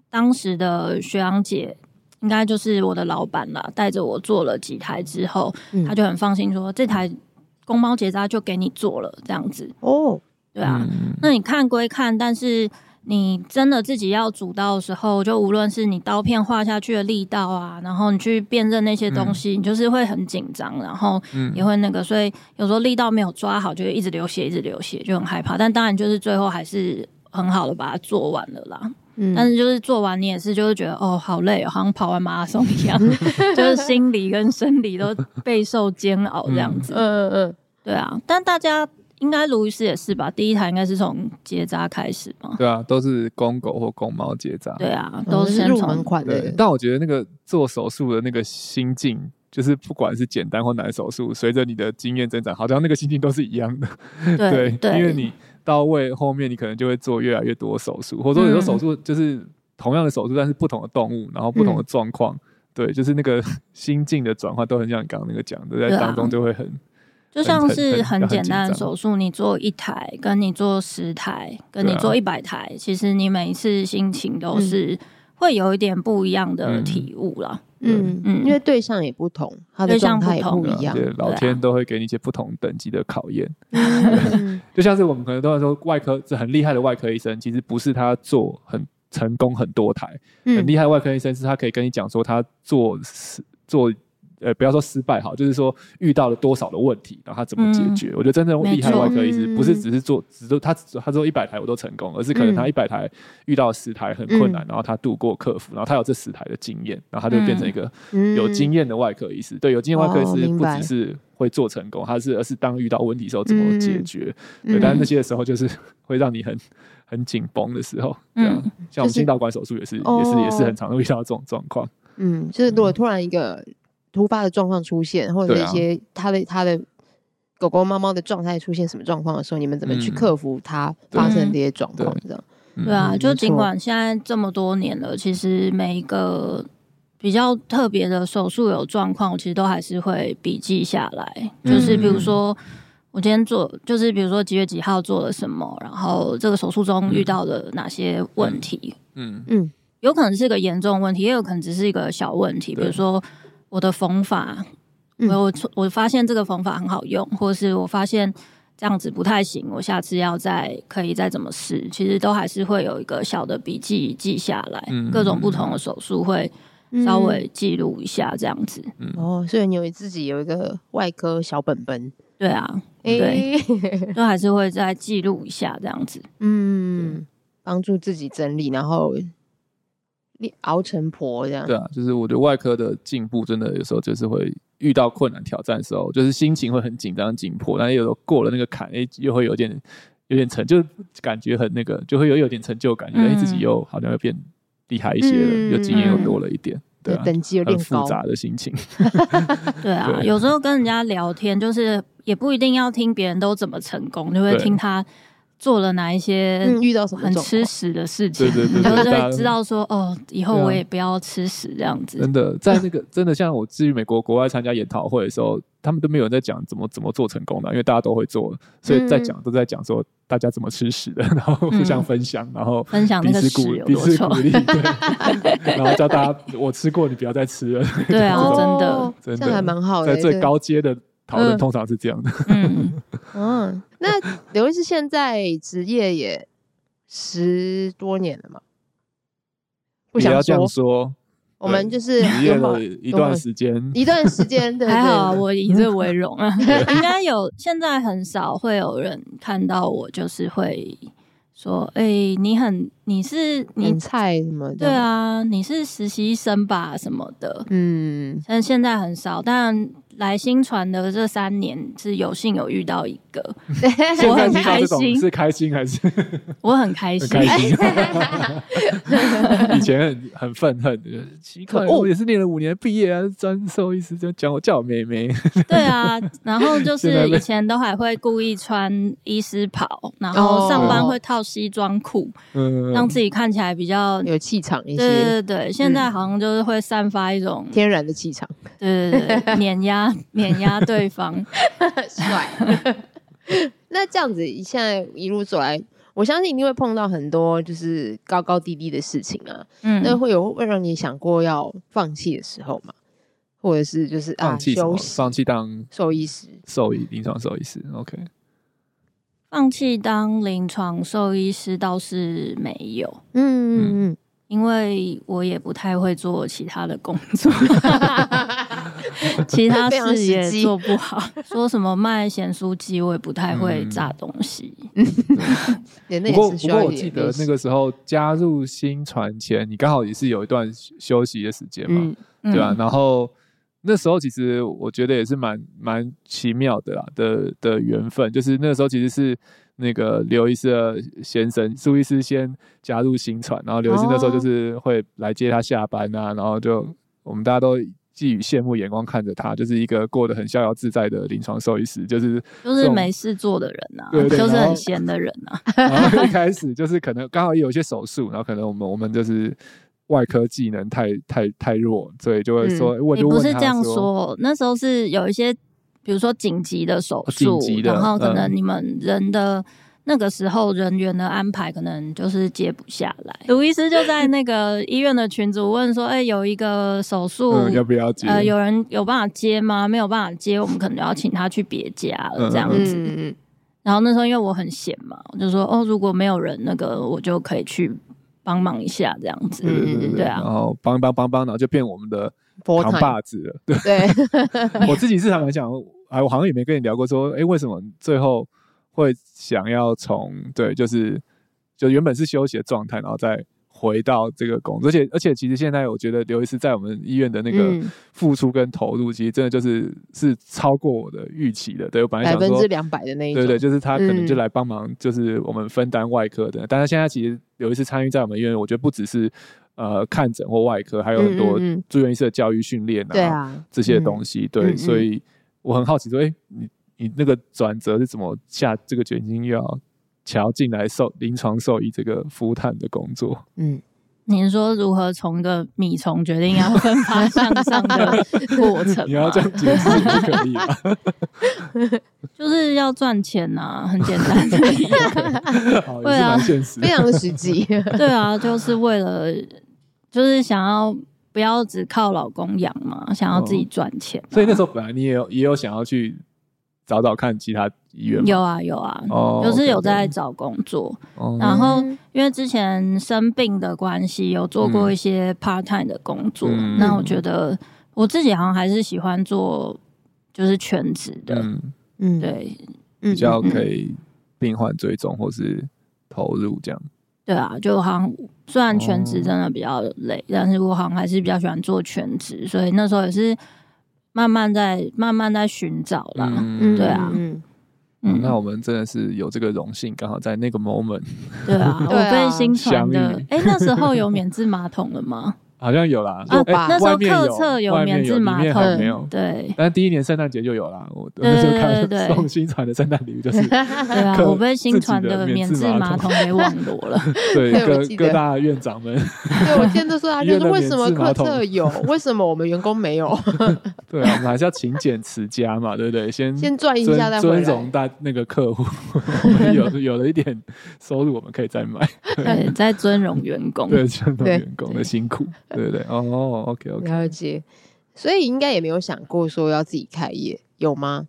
Speaker 3: 当时的学长姐，应该就是我的老板啦，带着我做了几台之后，
Speaker 2: 嗯
Speaker 3: 他就很放心说这台公猫结扎就给你做了这样子，
Speaker 2: 哦，
Speaker 3: 对啊。
Speaker 1: 嗯
Speaker 3: 那你看归看，但是你真的自己要主刀的时候，就无论是你刀片划下去的力道啊，然后你去辨认那些
Speaker 2: 嗯
Speaker 3: 东西，你就是会很紧张，然后
Speaker 1: 嗯
Speaker 3: 也会那个，所以有时候力道没有抓好，就会一直流血，一直流血，就很害怕。但当然就是最后还是很好的把它做完了啦。
Speaker 2: 嗯
Speaker 3: 但是就是做完你也是就是觉得哦好累、哦，好像跑完马拉松 一样，就是心理跟生理都备受煎熬这样子。
Speaker 2: 嗯嗯
Speaker 3: 对啊，但大家应该卢医师也是吧？第一台应该是从结扎开始嘛？
Speaker 1: 对啊，都是公狗或公猫结扎，
Speaker 3: 对啊，
Speaker 2: 嗯，
Speaker 3: 都
Speaker 2: 是
Speaker 3: 先
Speaker 2: 入
Speaker 3: 从
Speaker 2: 门款
Speaker 1: 对
Speaker 2: 的，，
Speaker 1: 但我觉得那个做手术的那个心境，就是不管是简单或难手术，随着你的经验增长，好像那个心境都是一样的。
Speaker 3: 对对，
Speaker 1: 因为你到位后面，你可能就会做越来越多手术，或者说有时候手术就是同样的手术，但是不同的动物，然后不同的状况。对，就是那个 心境的转换都很像你刚刚那个讲的，在
Speaker 3: 对啊
Speaker 1: 当中就会很、
Speaker 3: 就像是
Speaker 1: 很
Speaker 3: 很
Speaker 1: 很很
Speaker 3: 简单
Speaker 1: 紧
Speaker 3: 的
Speaker 1: 张
Speaker 3: 手术，你做一台，跟你做十台，跟
Speaker 1: 对
Speaker 3: 你
Speaker 1: 啊
Speaker 3: 做一百台，其实你每一次心情都
Speaker 2: 嗯
Speaker 3: 是会有一点不一样的
Speaker 1: 嗯
Speaker 3: 体悟啦。
Speaker 2: 嗯嗯，
Speaker 3: 嗯
Speaker 2: 因为对象也不同，他的
Speaker 3: 对
Speaker 2: 状
Speaker 3: 象
Speaker 2: 态也
Speaker 3: 不同
Speaker 2: 不一样，嗯
Speaker 1: 对，啊老天都会给你一些不同等级的考验。就像是我们可能都会说，外科这很厉害的外科医生，其实不是他做很成功很多台，很
Speaker 2: 嗯
Speaker 1: 厉害的外科医生是他可以跟你讲说他做失做呃不要说失败好，就是说遇到了多少的问题，然后他怎么解决。我觉得真正厉害的外科医师
Speaker 2: 嗯没错
Speaker 1: 不是只是做只做他他做一百台我都成功，而是可能他
Speaker 2: 嗯
Speaker 1: 一百台遇到十台很困难，然后他度过克服，然后他有这十台的经验，然后他就变成一个
Speaker 2: 嗯
Speaker 1: 有经验的外科医师。对，有经验外科医
Speaker 2: 哦
Speaker 1: 师
Speaker 2: 明
Speaker 1: 不
Speaker 2: 白
Speaker 1: 只是会做成功，他是而是当遇到问题的时候怎么解决。对，
Speaker 2: 嗯
Speaker 1: 但是那些时候就是 会让你很很紧绷的时候，对
Speaker 3: 嗯
Speaker 1: 啊，像我们
Speaker 2: 就是
Speaker 1: 心导管手术也是，
Speaker 2: 哦
Speaker 1: 也是也是很常会遇到这种状况，
Speaker 2: 嗯，就是如果突然一个突发的状况出现，或者是
Speaker 1: 对
Speaker 2: 一
Speaker 1: 啊
Speaker 2: 些他的他的狗狗、猫猫的状态出现什么状况的时候，你们怎么去
Speaker 1: 嗯
Speaker 2: 克服它发生的这些状况？这样，
Speaker 3: 对啊，
Speaker 1: 嗯
Speaker 3: 就
Speaker 1: 没
Speaker 3: 尽
Speaker 1: 错
Speaker 3: 管现在这么多年了，其实每一个比较特别的手术有状况，我其实都还是会笔记下来。
Speaker 1: 嗯
Speaker 3: 就是比如说，我今天做，就是比如说几月几号做了什么，然后这个手术中遇到了哪些问题，
Speaker 1: 嗯
Speaker 2: 嗯
Speaker 3: 有可能是个严重问题，也有可能只是一个小问题，比
Speaker 1: 对
Speaker 3: 如说我的缝法，
Speaker 2: 嗯
Speaker 3: 我我发现这个缝法很好用，或是我发现这样子不太行，我下次要再可以再怎么试，其实都还是会有一个小的笔记记下来，
Speaker 1: 嗯
Speaker 3: 各种不同的手术会
Speaker 2: 嗯
Speaker 3: 稍微记录一下这样子，
Speaker 2: 哦，所以你有自己有一个外科小本本，
Speaker 3: 对啊，对，
Speaker 2: 诶，
Speaker 3: 都还是会再记录一下这样子，
Speaker 2: 嗯，帮助自己整理，然后练熬成婆这样。
Speaker 1: 对啊，就是我觉得外科的进步真的有时候就是会遇到困难挑战的时候，就是心情会很紧张紧迫，但是有时候过了那个坎，哎、又会有点有点成就，感觉很那个，就会有有点成就感，觉得、哎
Speaker 3: 嗯
Speaker 1: 自己又好像又变厉害一些了，
Speaker 2: 嗯
Speaker 1: 又经验又多了一点，对啊。
Speaker 2: 等级有
Speaker 1: 很
Speaker 2: 点
Speaker 1: 复
Speaker 2: 高，
Speaker 1: 杂的心情，
Speaker 3: 对啊，
Speaker 1: 对
Speaker 3: 有时候跟人家聊天，就是也不一定要听别人都怎么成功，就会
Speaker 1: 对
Speaker 3: 听他做了哪一
Speaker 2: 嗯，
Speaker 3: 些
Speaker 2: 遇到什么
Speaker 3: 很
Speaker 2: 状
Speaker 3: 吃
Speaker 2: 况？
Speaker 3: 屎的事情，
Speaker 1: 对对对
Speaker 3: 你就
Speaker 1: 对大家
Speaker 3: 会知道说，哦，以后
Speaker 1: 对啊
Speaker 3: 我也不要吃屎这样子。
Speaker 1: 真的在 那个真的像我至于美国国外参加研讨会的时候，他们都没有人在讲怎么怎么做成功的，啊因为大家都会做，所以在讲都在讲说大家怎么吃屎的， 然后互相
Speaker 3: 嗯
Speaker 1: 分享，然后
Speaker 3: 分享
Speaker 1: 彼
Speaker 3: 那个
Speaker 1: 此
Speaker 3: 屎
Speaker 1: 鼓
Speaker 3: 有
Speaker 1: 彼
Speaker 3: 多
Speaker 1: 此
Speaker 3: 臭
Speaker 1: 鼓，励，对， 然后叫大家我吃过，你不要再吃了。
Speaker 3: 对啊，
Speaker 1: 这种
Speaker 3: 真的欸
Speaker 2: 哦，
Speaker 1: 真的
Speaker 2: 这样还蛮好的。
Speaker 1: 在最
Speaker 2: 对，
Speaker 1: 高阶的讨论
Speaker 3: 嗯
Speaker 1: 通常是这样的，
Speaker 3: 嗯，
Speaker 2: 嗯，那刘医师现在职业也十多年了嘛？不
Speaker 1: 不要
Speaker 2: 想
Speaker 1: 这样
Speaker 2: 说，
Speaker 1: 说，
Speaker 2: 我们就是
Speaker 1: 职业
Speaker 2: 有某
Speaker 1: 了一段时间，
Speaker 2: 一段时间， 对，
Speaker 3: 还
Speaker 2: 对
Speaker 3: 好啊我以这为荣 啊。 应该有，现在很少会有人看到我，就是会说，哎，你很，你是你
Speaker 2: 很，菜什么的。
Speaker 3: 嗯对，啊，你是实习生吧什么的，
Speaker 2: 嗯，
Speaker 3: 但现在很少，但来新传的这三年是有幸有遇到一个，
Speaker 1: 现
Speaker 3: 我
Speaker 1: 在
Speaker 3: 很
Speaker 1: 听到
Speaker 3: 开
Speaker 1: 这种
Speaker 3: 心，
Speaker 1: 是开心还是
Speaker 3: 我很开
Speaker 1: 很
Speaker 3: 心。
Speaker 1: 开心？
Speaker 2: 哎
Speaker 1: 以前很很愤恨，就是奇怪，
Speaker 2: 可恶
Speaker 1: 我也是念了五年毕业啊，专兽医师就讲我叫我妹妹，
Speaker 3: 对 啊，然后就
Speaker 1: 现在
Speaker 3: 是
Speaker 1: 被
Speaker 3: 以前都还会故意穿医师袍，然后上班会套西装裤，
Speaker 1: 哦嗯，
Speaker 3: 让自己看起来比较。
Speaker 2: 有气场一
Speaker 3: 对
Speaker 2: 些
Speaker 3: 对对，现在好像就是会散发一种
Speaker 2: 天然的气场，
Speaker 1: 嗯
Speaker 3: 对对对碾 压碾压对方，
Speaker 2: 帅。 那这样子，现在一路走来，我相信一定会碰到很多就是高高低低的事情啊。那
Speaker 3: 嗯，
Speaker 2: 会有会让你想过要放弃的时候吗？或者是就是啊，
Speaker 1: 放弃什
Speaker 2: 休
Speaker 1: 么？
Speaker 2: 息、
Speaker 1: 放弃当
Speaker 2: 兽医师，
Speaker 1: 兽医临床兽医师，OK，
Speaker 3: 放弃当临床兽医师倒是没有，
Speaker 2: 嗯嗯
Speaker 3: 因为我也不太会做其他的工 作，
Speaker 1: 嗯
Speaker 3: 其他
Speaker 2: 非常
Speaker 3: 事
Speaker 2: 实
Speaker 3: 也
Speaker 2: 际
Speaker 3: 做不好。说什么卖咸酥鸡，我也不太会炸东西。
Speaker 2: 嗯，对那
Speaker 1: 不过
Speaker 2: 也是
Speaker 1: 不
Speaker 2: 需
Speaker 1: 过
Speaker 2: 要
Speaker 1: 我
Speaker 2: 一
Speaker 1: 记
Speaker 2: 点
Speaker 1: 得
Speaker 2: 练
Speaker 1: 那
Speaker 2: 习。
Speaker 1: 个时候加入新传前，你刚好也是有一段休休息的时间嘛，
Speaker 2: 嗯，
Speaker 3: 嗯
Speaker 1: 对啊，然后那时候其实我觉得也是蛮蛮奇妙的啦的的缘分，就是那时候其实是那个刘医师的先生苏医师先加入新传，然后刘医师那时
Speaker 3: 哦
Speaker 1: 候就是会来接他下班啊，然后就我们大家都。寄予羡慕眼光看着他，就是一个过得很逍遥自在的临床兽医师，就是
Speaker 3: 就是没事做的人啊，
Speaker 1: 对对对
Speaker 3: 就是
Speaker 1: 然后
Speaker 3: 很闲的人啊。
Speaker 1: 然 后一开始就是可能刚好有一些手术，然后可能我们我们就是外科技能太太太弱，所以就会说，我
Speaker 3: 嗯你
Speaker 1: 就
Speaker 3: 不
Speaker 1: 问
Speaker 3: 是
Speaker 1: 他
Speaker 3: 这样
Speaker 1: 说，
Speaker 3: 说，那时候是有一些，比如说紧急的手
Speaker 1: 哦
Speaker 3: 术
Speaker 1: 紧急，的
Speaker 3: 然后可能
Speaker 1: 嗯
Speaker 3: 你们人的。那个时候人员的安排可能就是接不下来，卢医师就在 那个医院的群组问说：“哎、有一个手术、
Speaker 1: 嗯，要不要接？
Speaker 3: 呃，有人有办法接吗？没有办法接，我们可能要请他去别家了
Speaker 1: 嗯
Speaker 3: 这样
Speaker 2: 嗯
Speaker 3: 子。
Speaker 2: 嗯
Speaker 3: 然后那时候因为我很闲嘛，我就说哦，如果没有人那个，我就可以去帮忙一下这样子。
Speaker 1: 对对
Speaker 2: 嗯
Speaker 1: 对
Speaker 3: 对啊
Speaker 1: 然后帮帮帮帮，然后就变我们的
Speaker 2: 波
Speaker 1: 扛
Speaker 2: 坦
Speaker 1: 把子了。对
Speaker 2: 对，
Speaker 1: 我自己是常常想，哎，我好像也没跟你聊过说，哎，为什么最后会想要从对，就是就原本是休息的状态，然后再回到这个工作，而且而且其实现在我觉得刘医师在我们医院的那个
Speaker 2: 嗯
Speaker 1: 付出跟投入，其实真的就是是超过我的预期的。对我本来
Speaker 2: 百
Speaker 1: 想
Speaker 2: 分
Speaker 1: 说
Speaker 2: 之。两百的那一种，
Speaker 1: 对对，就是他可能就
Speaker 2: 嗯
Speaker 1: 来帮忙，就是我们分担外科的。但是现在其实有一次参与在我们医院，我觉得不只是呃看诊或外科，还有很多
Speaker 2: 嗯嗯嗯
Speaker 1: 住院医师的教育训练
Speaker 2: 对啊，
Speaker 1: 这些
Speaker 2: 嗯
Speaker 1: 东西。
Speaker 2: 嗯
Speaker 1: 对，
Speaker 2: 嗯
Speaker 1: 所以我很好奇说，哎，你你那个转折是怎么下这个决心又要乔进来受临床兽医这个服务探的工作。
Speaker 2: 嗯，
Speaker 3: 你是说如何从一个米虫决定要奋发向上的过程吗
Speaker 1: 你要这样解释不可以吧？
Speaker 3: 就是要赚钱呐、很简 单的理由。
Speaker 1: 好，也
Speaker 3: 对
Speaker 1: 是
Speaker 3: 啊
Speaker 1: 蛮现实的
Speaker 2: 非。常的实际。
Speaker 3: 对啊，就是为了就是想要不要只靠老公养嘛，想要自己赚钱啊、
Speaker 1: 哦所以那时候本来你也有也有想要去找找看其他医院吗，
Speaker 3: 有啊有啊，
Speaker 1: 哦，
Speaker 3: 就是有
Speaker 1: OK，OK
Speaker 3: 在找工作。
Speaker 1: 哦
Speaker 3: 然后
Speaker 2: 嗯
Speaker 3: 因为之前生病的关系，有做过一些 part time 的工作。
Speaker 1: 嗯
Speaker 3: 那我觉得我自己好像还是喜欢做就是全职的，
Speaker 1: 嗯，
Speaker 2: 嗯，
Speaker 3: 对
Speaker 2: 嗯，
Speaker 1: 比
Speaker 2: 比
Speaker 1: 较可以病患追踪或是投入这样。
Speaker 3: 对啊，就好像虽然全
Speaker 1: 哦
Speaker 3: 职真的比较累，但是我好像还是比较喜欢做全职，所以那时候也是慢慢在慢慢在寻找啦。
Speaker 2: 嗯，
Speaker 3: 对啊
Speaker 2: 嗯，
Speaker 1: 嗯
Speaker 3: 嗯，
Speaker 1: 那我们真的是有这个荣幸，刚好在那个 moment，
Speaker 3: 对啊，
Speaker 2: 对啊
Speaker 3: 我被新传的
Speaker 1: 相遇。
Speaker 3: 哎、那时候有免治马桶了吗？
Speaker 1: 好像有啦，
Speaker 2: 有
Speaker 1: 哎
Speaker 2: 吧
Speaker 3: 哦那时候
Speaker 1: 外面
Speaker 3: 客侧有
Speaker 1: 外面
Speaker 3: 免治
Speaker 1: 有，里
Speaker 3: 马
Speaker 1: 面
Speaker 3: 桶
Speaker 1: 还没有。
Speaker 3: 对，
Speaker 1: 但第一年圣诞节就有啦，我我
Speaker 3: 对
Speaker 1: 那时候
Speaker 3: 对
Speaker 1: 看
Speaker 3: 对对
Speaker 1: 送新传的圣诞礼物 就是
Speaker 2: 嗯
Speaker 3: 对啊，
Speaker 1: 客
Speaker 3: 我被新传
Speaker 1: 自己的
Speaker 3: 的
Speaker 1: 免
Speaker 3: 免
Speaker 1: 治
Speaker 3: 治
Speaker 1: 马
Speaker 3: 马
Speaker 1: 桶
Speaker 3: 桶给网罗 了。
Speaker 1: 对
Speaker 2: 对我
Speaker 1: 各
Speaker 2: 记得
Speaker 1: 各大院长们，
Speaker 2: 对我今天都说啊，
Speaker 1: 医
Speaker 2: 就
Speaker 1: 院
Speaker 2: 是
Speaker 1: 的
Speaker 2: 为什么
Speaker 1: 免治马
Speaker 2: 客
Speaker 1: 桶
Speaker 2: 测有，为什么我们员工没有？
Speaker 1: 对啊，我们还是要勤俭持家嘛，对不对？先
Speaker 2: 先赚一
Speaker 1: 尊
Speaker 2: 下再回
Speaker 1: 尊荣
Speaker 2: 来。
Speaker 1: 大那个客户， 我们 有有了一点收入，我们可以再买。
Speaker 3: 对，在尊荣员工。
Speaker 1: 对，尊重
Speaker 2: 对
Speaker 1: 员工的辛苦，对不对？哦，OK OK，
Speaker 2: 了解，所以应该也没有想过说要自己开业，有吗？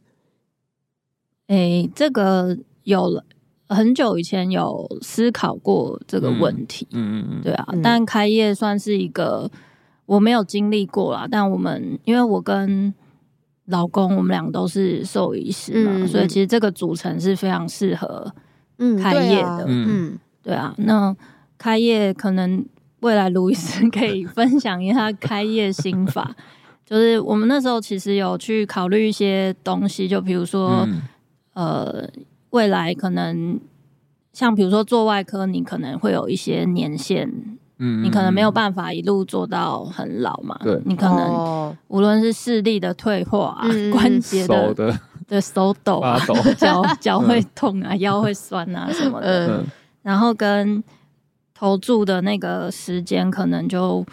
Speaker 3: 诶、这个有了很久以前有思考过这个问题，
Speaker 1: 嗯嗯嗯，
Speaker 3: 对啊
Speaker 2: 嗯，
Speaker 3: 但开业算是一个我没有经历过啦，但我们因为我跟老公我们俩都是兽医师嘛，
Speaker 2: 嗯
Speaker 3: 所以
Speaker 2: 嗯
Speaker 3: 其实这个组成是非常适合，
Speaker 2: 嗯，
Speaker 3: 开
Speaker 2: 对
Speaker 3: 业
Speaker 2: 啊
Speaker 3: 的
Speaker 1: 嗯
Speaker 2: 嗯，
Speaker 3: 对啊，那开业可能未来卢医师可以分享一下开业心法， 就是我们那时候其实有去考虑一些东西，就比如说、
Speaker 1: 嗯
Speaker 3: 呃，未来可能像比如说做外科，你可能会有一些年限，
Speaker 1: 嗯
Speaker 3: 你可能没有
Speaker 1: 法，
Speaker 3: 办法一路做到很老嘛。
Speaker 1: 对
Speaker 3: 你可能
Speaker 2: 哦
Speaker 3: 无论是视力的退化、啊、
Speaker 2: 嗯
Speaker 3: 关节
Speaker 1: 手
Speaker 3: 的
Speaker 1: 的
Speaker 3: 的手抖
Speaker 1: 发
Speaker 3: 啊、
Speaker 1: 抖，
Speaker 3: 脚脚会痛啊、腰会酸啊什么的，
Speaker 1: 嗯
Speaker 2: 嗯
Speaker 3: 然后跟投注的那个时间可能就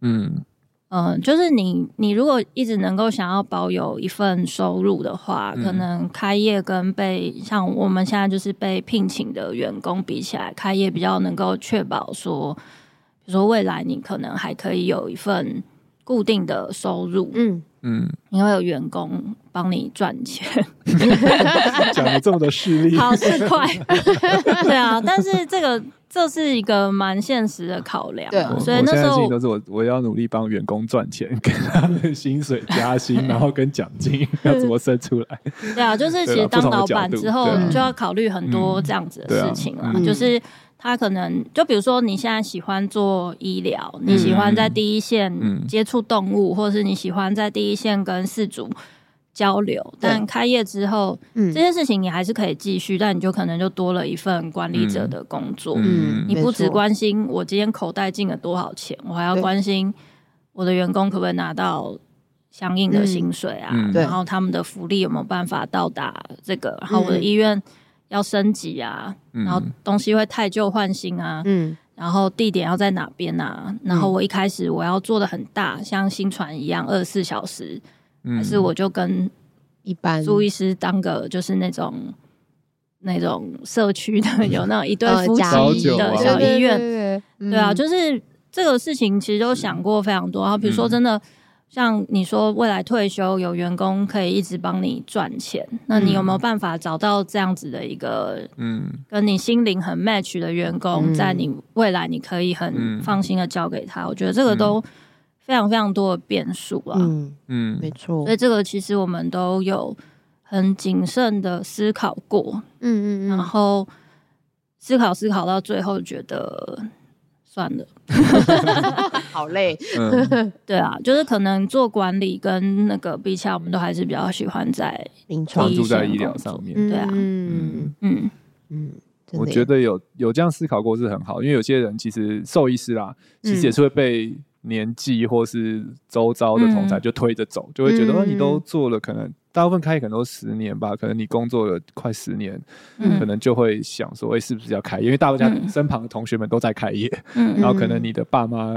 Speaker 1: 嗯
Speaker 3: 嗯，就是你，你如果一直能够想要保有一份收入的话，
Speaker 1: 嗯
Speaker 3: 可能开业跟被像我们现在就是被聘请的员工比起来，开业比较能够确保说，比如说未来你可能还可以有一份固定的收入，
Speaker 2: 嗯，
Speaker 1: 嗯，
Speaker 3: 你会有员工帮你赚钱，
Speaker 1: 讲的这么的势利，
Speaker 3: 好是快，对啊，但是这个这是一个蛮现实的考量
Speaker 2: 对
Speaker 3: 啊，
Speaker 1: 我
Speaker 3: 所以
Speaker 1: 我
Speaker 3: 那
Speaker 1: 现在
Speaker 3: 时
Speaker 1: 的事
Speaker 3: 候
Speaker 1: 情都是我我要努力帮员工赚钱，给他们薪水加薪， 然后跟奖金要怎么生出来？
Speaker 3: 对啊，就是
Speaker 1: 对
Speaker 3: 其实
Speaker 1: 啦不
Speaker 3: 当
Speaker 1: 同的
Speaker 3: 老
Speaker 1: 角
Speaker 3: 板
Speaker 1: 度
Speaker 3: 之后
Speaker 1: 对
Speaker 2: 啊
Speaker 3: 就要考虑很多这样子
Speaker 1: 对
Speaker 3: 的
Speaker 1: 啊
Speaker 3: 事情啦，
Speaker 2: 嗯
Speaker 3: 就是他可能就比如说你现在喜欢做医疗，你喜欢在第一线
Speaker 1: 嗯
Speaker 3: 接触动物，或是你喜欢在第一线跟饲主交流，但开业之后
Speaker 2: 嗯
Speaker 3: 这些事情你还是可以继续，但你就可能就多了一份管理者的工作，
Speaker 1: 嗯
Speaker 3: 你不
Speaker 2: 没
Speaker 3: 只
Speaker 2: 错
Speaker 3: 关心我今天口袋进了多少钱，我还要
Speaker 2: 对
Speaker 3: 关心我的员工可不可以拿到相应的
Speaker 2: 嗯
Speaker 3: 薪水啊，
Speaker 1: 嗯
Speaker 2: 对
Speaker 3: 然后他们的福利有没有办法到达这个，然后我的
Speaker 2: 嗯
Speaker 3: 医院要升级啊，
Speaker 1: 嗯
Speaker 3: 然后东西会太旧换新啊，
Speaker 2: 嗯
Speaker 3: 然后地点要在哪边啊，然后
Speaker 2: 嗯
Speaker 3: 我一开始我要做的很大，像新传一样二十四小时，还
Speaker 1: 还
Speaker 3: 是我就跟
Speaker 2: 一般
Speaker 3: 朱医师当个就是那种。那种社 区的有那种一对
Speaker 2: 呃
Speaker 3: 夫
Speaker 2: 甲
Speaker 1: 早
Speaker 2: 医
Speaker 3: 妻
Speaker 1: 酒
Speaker 3: 的
Speaker 1: 啊
Speaker 3: 小医院，
Speaker 2: 对对
Speaker 3: 对啊，
Speaker 2: 是
Speaker 3: 就是这个事情其实都想过非常多。然后比如说，
Speaker 1: 嗯
Speaker 3: 真的、像你说未来退休有员工可以一直帮你赚钱，那你有
Speaker 2: 嗯
Speaker 3: 没有办法找到这样子的一个
Speaker 1: 嗯
Speaker 3: 跟你心灵很 match 的员工，
Speaker 2: 嗯
Speaker 3: 在你未来你可以很
Speaker 1: 嗯
Speaker 3: 放心的交给他？我觉得这个都非常非常多的变数啊。
Speaker 2: 嗯，
Speaker 1: 嗯
Speaker 2: 没错
Speaker 3: 所，以这个其实我们都有很谨慎的思考过，
Speaker 2: 嗯
Speaker 3: 然后思考思考到最后觉得算了。
Speaker 2: 嗯， 好累，
Speaker 1: 嗯
Speaker 3: 对啊，就是可能做管理跟那个比起来，我们都还是比较喜欢在
Speaker 2: 临床
Speaker 1: 专注在医疗上面，
Speaker 2: 嗯
Speaker 3: 对啊
Speaker 2: 嗯
Speaker 3: 嗯
Speaker 2: 嗯，真
Speaker 1: 我
Speaker 2: 的
Speaker 1: 觉
Speaker 2: 耶
Speaker 1: 得有有这样思考过是很好，因为有些人其实兽医师啦，其
Speaker 2: 嗯
Speaker 1: 实也是会被年纪或是周遭的同才
Speaker 3: 嗯
Speaker 1: 就推着走，就会觉得、啊
Speaker 2: 嗯
Speaker 1: 哦，你都做了可能大部分开业可能都十年吧，可能你工作了快十年，
Speaker 3: 嗯
Speaker 1: 可能就会想说，哎、是不是要开业？因为大家
Speaker 3: 嗯
Speaker 1: 身旁的同学们都在开业，
Speaker 3: 嗯
Speaker 1: 然后可能你的爸妈，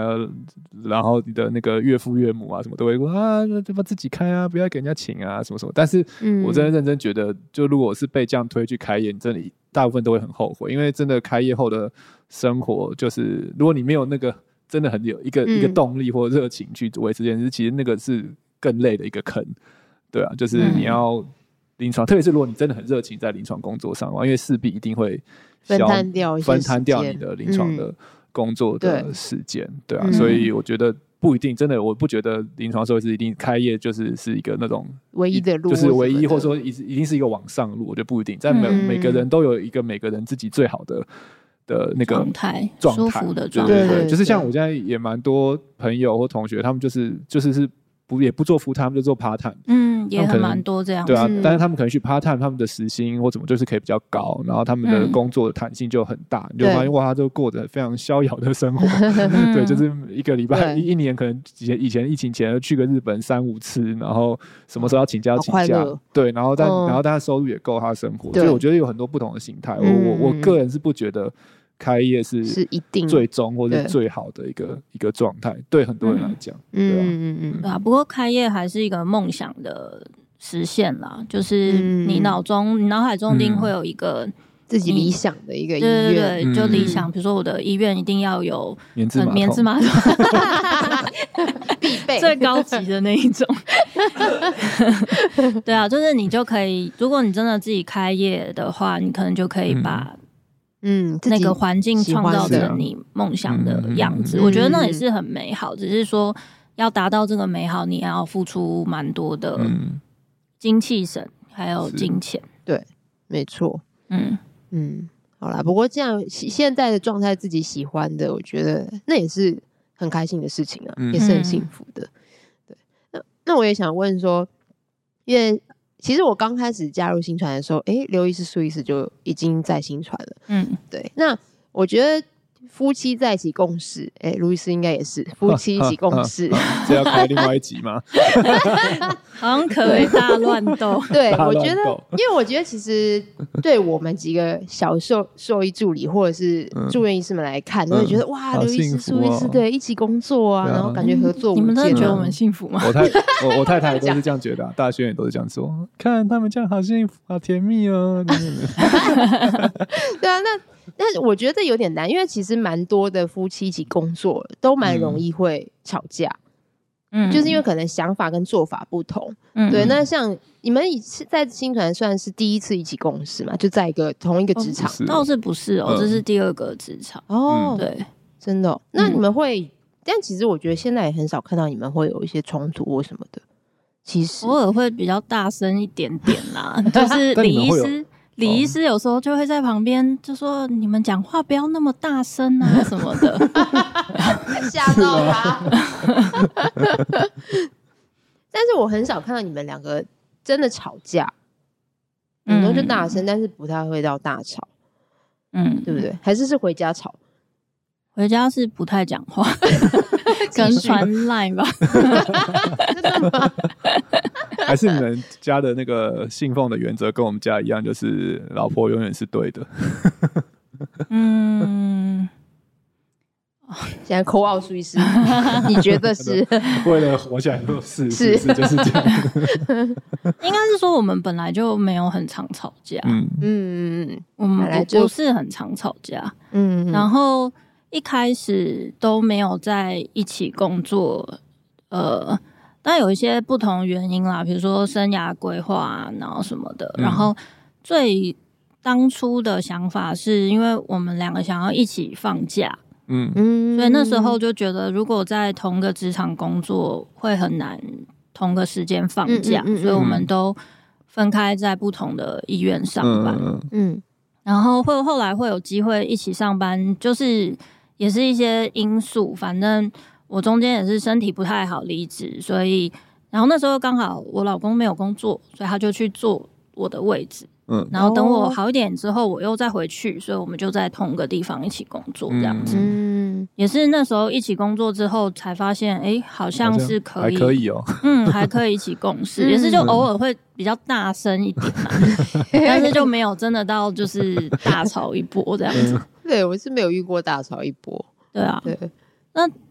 Speaker 1: 然后你的那个岳父岳母啊，什么都会说啊，那他妈自己开啊，不要给人家请啊，什么什么。但是
Speaker 2: 嗯
Speaker 1: 我真的认真觉得，就如果我是被这样推去开业，你真的大部分都会很后悔，因为真的开业后的生活，就是如果你没有那个真的很有一个、一个
Speaker 2: 嗯
Speaker 1: 动力或热情去维持这件事，其实那个是更累的一个坑。对啊，就是你
Speaker 3: 嗯
Speaker 1: 要临床，特别是如果你真的很热情在临床工作上的话，因为势必一定会
Speaker 2: 分
Speaker 1: 消
Speaker 2: 摊掉一些
Speaker 1: 分摊
Speaker 2: 时
Speaker 1: 掉
Speaker 2: 间
Speaker 1: 你的临床
Speaker 2: 嗯
Speaker 1: 的工作
Speaker 2: 对
Speaker 1: 的时间，对啊，
Speaker 2: 嗯
Speaker 1: 所以我觉得不一定，真的我不觉得临床兽医师一定开业就是是一个那种
Speaker 2: 唯一的路
Speaker 1: 就
Speaker 2: 什
Speaker 1: 是
Speaker 2: 么
Speaker 1: 唯一，
Speaker 2: 的
Speaker 1: 或者说一一定是一个往上的路，我觉得不一定，但每、
Speaker 3: 嗯
Speaker 1: 每个人都有一个每个人自己最好的的那个
Speaker 3: 状态
Speaker 1: 状
Speaker 3: 嗯舒
Speaker 1: 态，
Speaker 3: 服的
Speaker 1: 对
Speaker 3: 状
Speaker 1: 对
Speaker 3: 态，
Speaker 1: 对，
Speaker 2: 对
Speaker 1: 就是像
Speaker 2: 对
Speaker 1: 我现在也蛮多朋友或同学，他们就是就是是不也不做 full time，他们就做 part time。
Speaker 3: 嗯，也
Speaker 1: 他们可
Speaker 3: 很
Speaker 1: 能
Speaker 3: 蛮多这样子，
Speaker 1: 对啊
Speaker 2: 嗯，
Speaker 1: 但是他们可能去 part time，他们的时薪或怎么就是可以比较高，然后他们的
Speaker 3: 嗯
Speaker 1: 工作的弹性就很大，你就发
Speaker 2: 对
Speaker 1: 现哇，他就过着非常逍遥的生活，
Speaker 3: 嗯
Speaker 1: 对，就是一个礼拜
Speaker 2: 对
Speaker 1: 一一年可能以前以前疫情前去个日本三五次，然后什么时候要请假
Speaker 2: 好
Speaker 1: 要请
Speaker 2: 快
Speaker 1: 假
Speaker 2: 乐，
Speaker 1: 对，然后但、
Speaker 2: 嗯
Speaker 1: 然后但他收入也够他生活，
Speaker 2: 对
Speaker 1: 所以我觉得有很多不同的形态，我
Speaker 2: 嗯
Speaker 1: 我我个人是不觉得开业是
Speaker 2: 是一定
Speaker 1: 最终或
Speaker 2: 对
Speaker 1: 是最好的一个一个状态，对很多人来讲，
Speaker 2: 嗯
Speaker 1: 对啊
Speaker 2: 嗯嗯嗯
Speaker 3: 对啊，不过开业还是一个梦想的实现啦，就是
Speaker 2: 嗯
Speaker 3: 你脑中、你脑海中一定
Speaker 1: 嗯
Speaker 3: 会有一个，
Speaker 2: 自己
Speaker 3: 你
Speaker 2: 理想的一个
Speaker 3: 对
Speaker 2: 医
Speaker 3: 对
Speaker 2: 院，
Speaker 3: 对，就理
Speaker 1: 嗯
Speaker 3: 想，比如说我的医院一定要有
Speaker 1: 棉质
Speaker 2: 嗯
Speaker 3: 呃
Speaker 1: 马桶，
Speaker 3: 棉质马桶
Speaker 2: 必备
Speaker 3: 最高级的那一种， 对啊，就是你就可以，如果你真的自己开业的话，你可能就可以
Speaker 1: 嗯
Speaker 3: 把
Speaker 2: 嗯，自
Speaker 3: 那
Speaker 2: 己
Speaker 3: 个环境
Speaker 2: 喜欢
Speaker 3: 创造
Speaker 1: 的
Speaker 3: 成你梦想的样子，
Speaker 2: 嗯
Speaker 3: 我觉得那也是很美好，只是说。要达到这个美好，你要付出蛮多的
Speaker 1: 嗯，
Speaker 3: 精气神，还有
Speaker 1: 是
Speaker 3: 金钱。
Speaker 2: 没错，
Speaker 3: 嗯，
Speaker 2: 嗯，好啦，不过这样现现在的状态自己喜欢的，我觉得那也是很开心的事情啊，
Speaker 1: 嗯
Speaker 2: 也是很幸福的。对，那那我也想问说，因为其实我刚开始加入新传的时候，诶，刘医师、苏医师就已经在新传了。
Speaker 3: 嗯，
Speaker 2: 对，那我觉得夫妻在一起共事，诶，卢医师应该也是夫妻一起共事，
Speaker 1: 这要开另外一集 吗？
Speaker 3: 好像可以大乱 斗。
Speaker 2: 对，
Speaker 1: 大
Speaker 2: 我
Speaker 1: 乱
Speaker 2: 觉得
Speaker 1: 斗，
Speaker 2: 因为我觉得其实对我们几个小兽兽医助理或者是
Speaker 1: 嗯
Speaker 2: 住院医师们来看，都会觉得哇，
Speaker 1: 好
Speaker 2: 刘医师、
Speaker 1: 幸福
Speaker 2: 苏医师
Speaker 1: 哦
Speaker 2: 对一起工作啊，
Speaker 1: 对啊
Speaker 2: 然后 感觉合作无
Speaker 3: 嗯你
Speaker 2: 间啊。
Speaker 3: 们真的觉得我们幸福吗？
Speaker 1: 我太我我太 太都是这样觉得、啊，大学也都是这样说，看他们这样好幸福，好甜蜜 哦。
Speaker 2: 对啊，那那我觉得有点难，因为其实蛮多的夫妻一起工作都蛮
Speaker 1: 嗯
Speaker 2: 容易会吵架，
Speaker 3: 嗯
Speaker 2: 就是因为可能想法跟做法不同。
Speaker 3: 为
Speaker 2: 对，那像你们以是在新传算是第一次一起共事嘛，就在一个同一个
Speaker 3: 哦
Speaker 2: 职场。
Speaker 1: 是
Speaker 3: 倒是不是哦，
Speaker 1: 嗯
Speaker 3: 这是第二个职场。
Speaker 1: 嗯
Speaker 2: 哦，
Speaker 3: 对，
Speaker 2: 真的哦、那
Speaker 3: 嗯
Speaker 2: 你们会，但其实我觉得现在也很少看到你们会有一些冲突或什么的。其实
Speaker 3: 偶，尔会比较大声一点点 啦，就是
Speaker 1: 但
Speaker 3: 李
Speaker 1: 你们
Speaker 3: 医
Speaker 1: 会有
Speaker 2: 哦
Speaker 3: 师。李医师有时候就会在旁边就说：“你们讲话不要那么大 声啊，什么的。
Speaker 2: 吓到他。 但是我很少看到你们两个真的吵架，
Speaker 3: 嗯
Speaker 2: 顶多就大声，但是不太会到大吵，”
Speaker 3: 嗯，
Speaker 2: 对不？对？还是是回家吵，
Speaker 3: 回家是不太讲 话，可能传赖吧。
Speaker 1: 还是你们家的那个信奉的原则跟我们家一样，就是老婆永远是对的。
Speaker 3: 嗯，
Speaker 2: 现在扣奥苏医师， 你觉得是？
Speaker 1: 为了活下来，就是
Speaker 2: 是
Speaker 1: 是就是这样。
Speaker 3: 应该是说我们本来就没有很常吵架，
Speaker 1: 嗯，
Speaker 2: 嗯嗯
Speaker 3: 我们
Speaker 2: 本来
Speaker 3: 不
Speaker 2: 就
Speaker 3: 不是很常吵架。
Speaker 2: 嗯嗯，
Speaker 3: 然后一开始都没有在一起工作，呃，但有一些不同原因啦，比如说生涯规划、啊，然后什么的。
Speaker 1: 嗯
Speaker 3: 然后最当初的想法是因为我们两个想要一起放假，
Speaker 1: 嗯
Speaker 2: 嗯
Speaker 3: 所以那时候就觉得如果在同个职场工作会很难同个时间放假，
Speaker 2: 嗯嗯嗯嗯
Speaker 3: 所以我们都分开在不同的医院上班。
Speaker 1: 嗯
Speaker 2: 嗯
Speaker 3: 然后会后来会有机会一起上班，就是也是一些因素，反正我中间也是身体不太好离职，所以然后那时候刚好我老公没有工作，所以他就去做我的位置，
Speaker 1: 嗯
Speaker 3: 然后等我
Speaker 2: 哦
Speaker 3: 好一点之后，我又再回去，所以我们就在同个地方一起工作这样子。
Speaker 2: 嗯嗯
Speaker 3: 也是那时候一起工作之后才发现，哎、好像是可
Speaker 1: 还
Speaker 3: 以，
Speaker 1: 可以哦，
Speaker 3: 嗯，还可以一起共事，
Speaker 2: 嗯
Speaker 3: 也是就偶尔会比较大声一点嘛，但是就没有真的到就是大吵一波这样子。
Speaker 1: 嗯
Speaker 2: 对我是没有遇过大吵一波，
Speaker 3: 对啊，
Speaker 2: 对，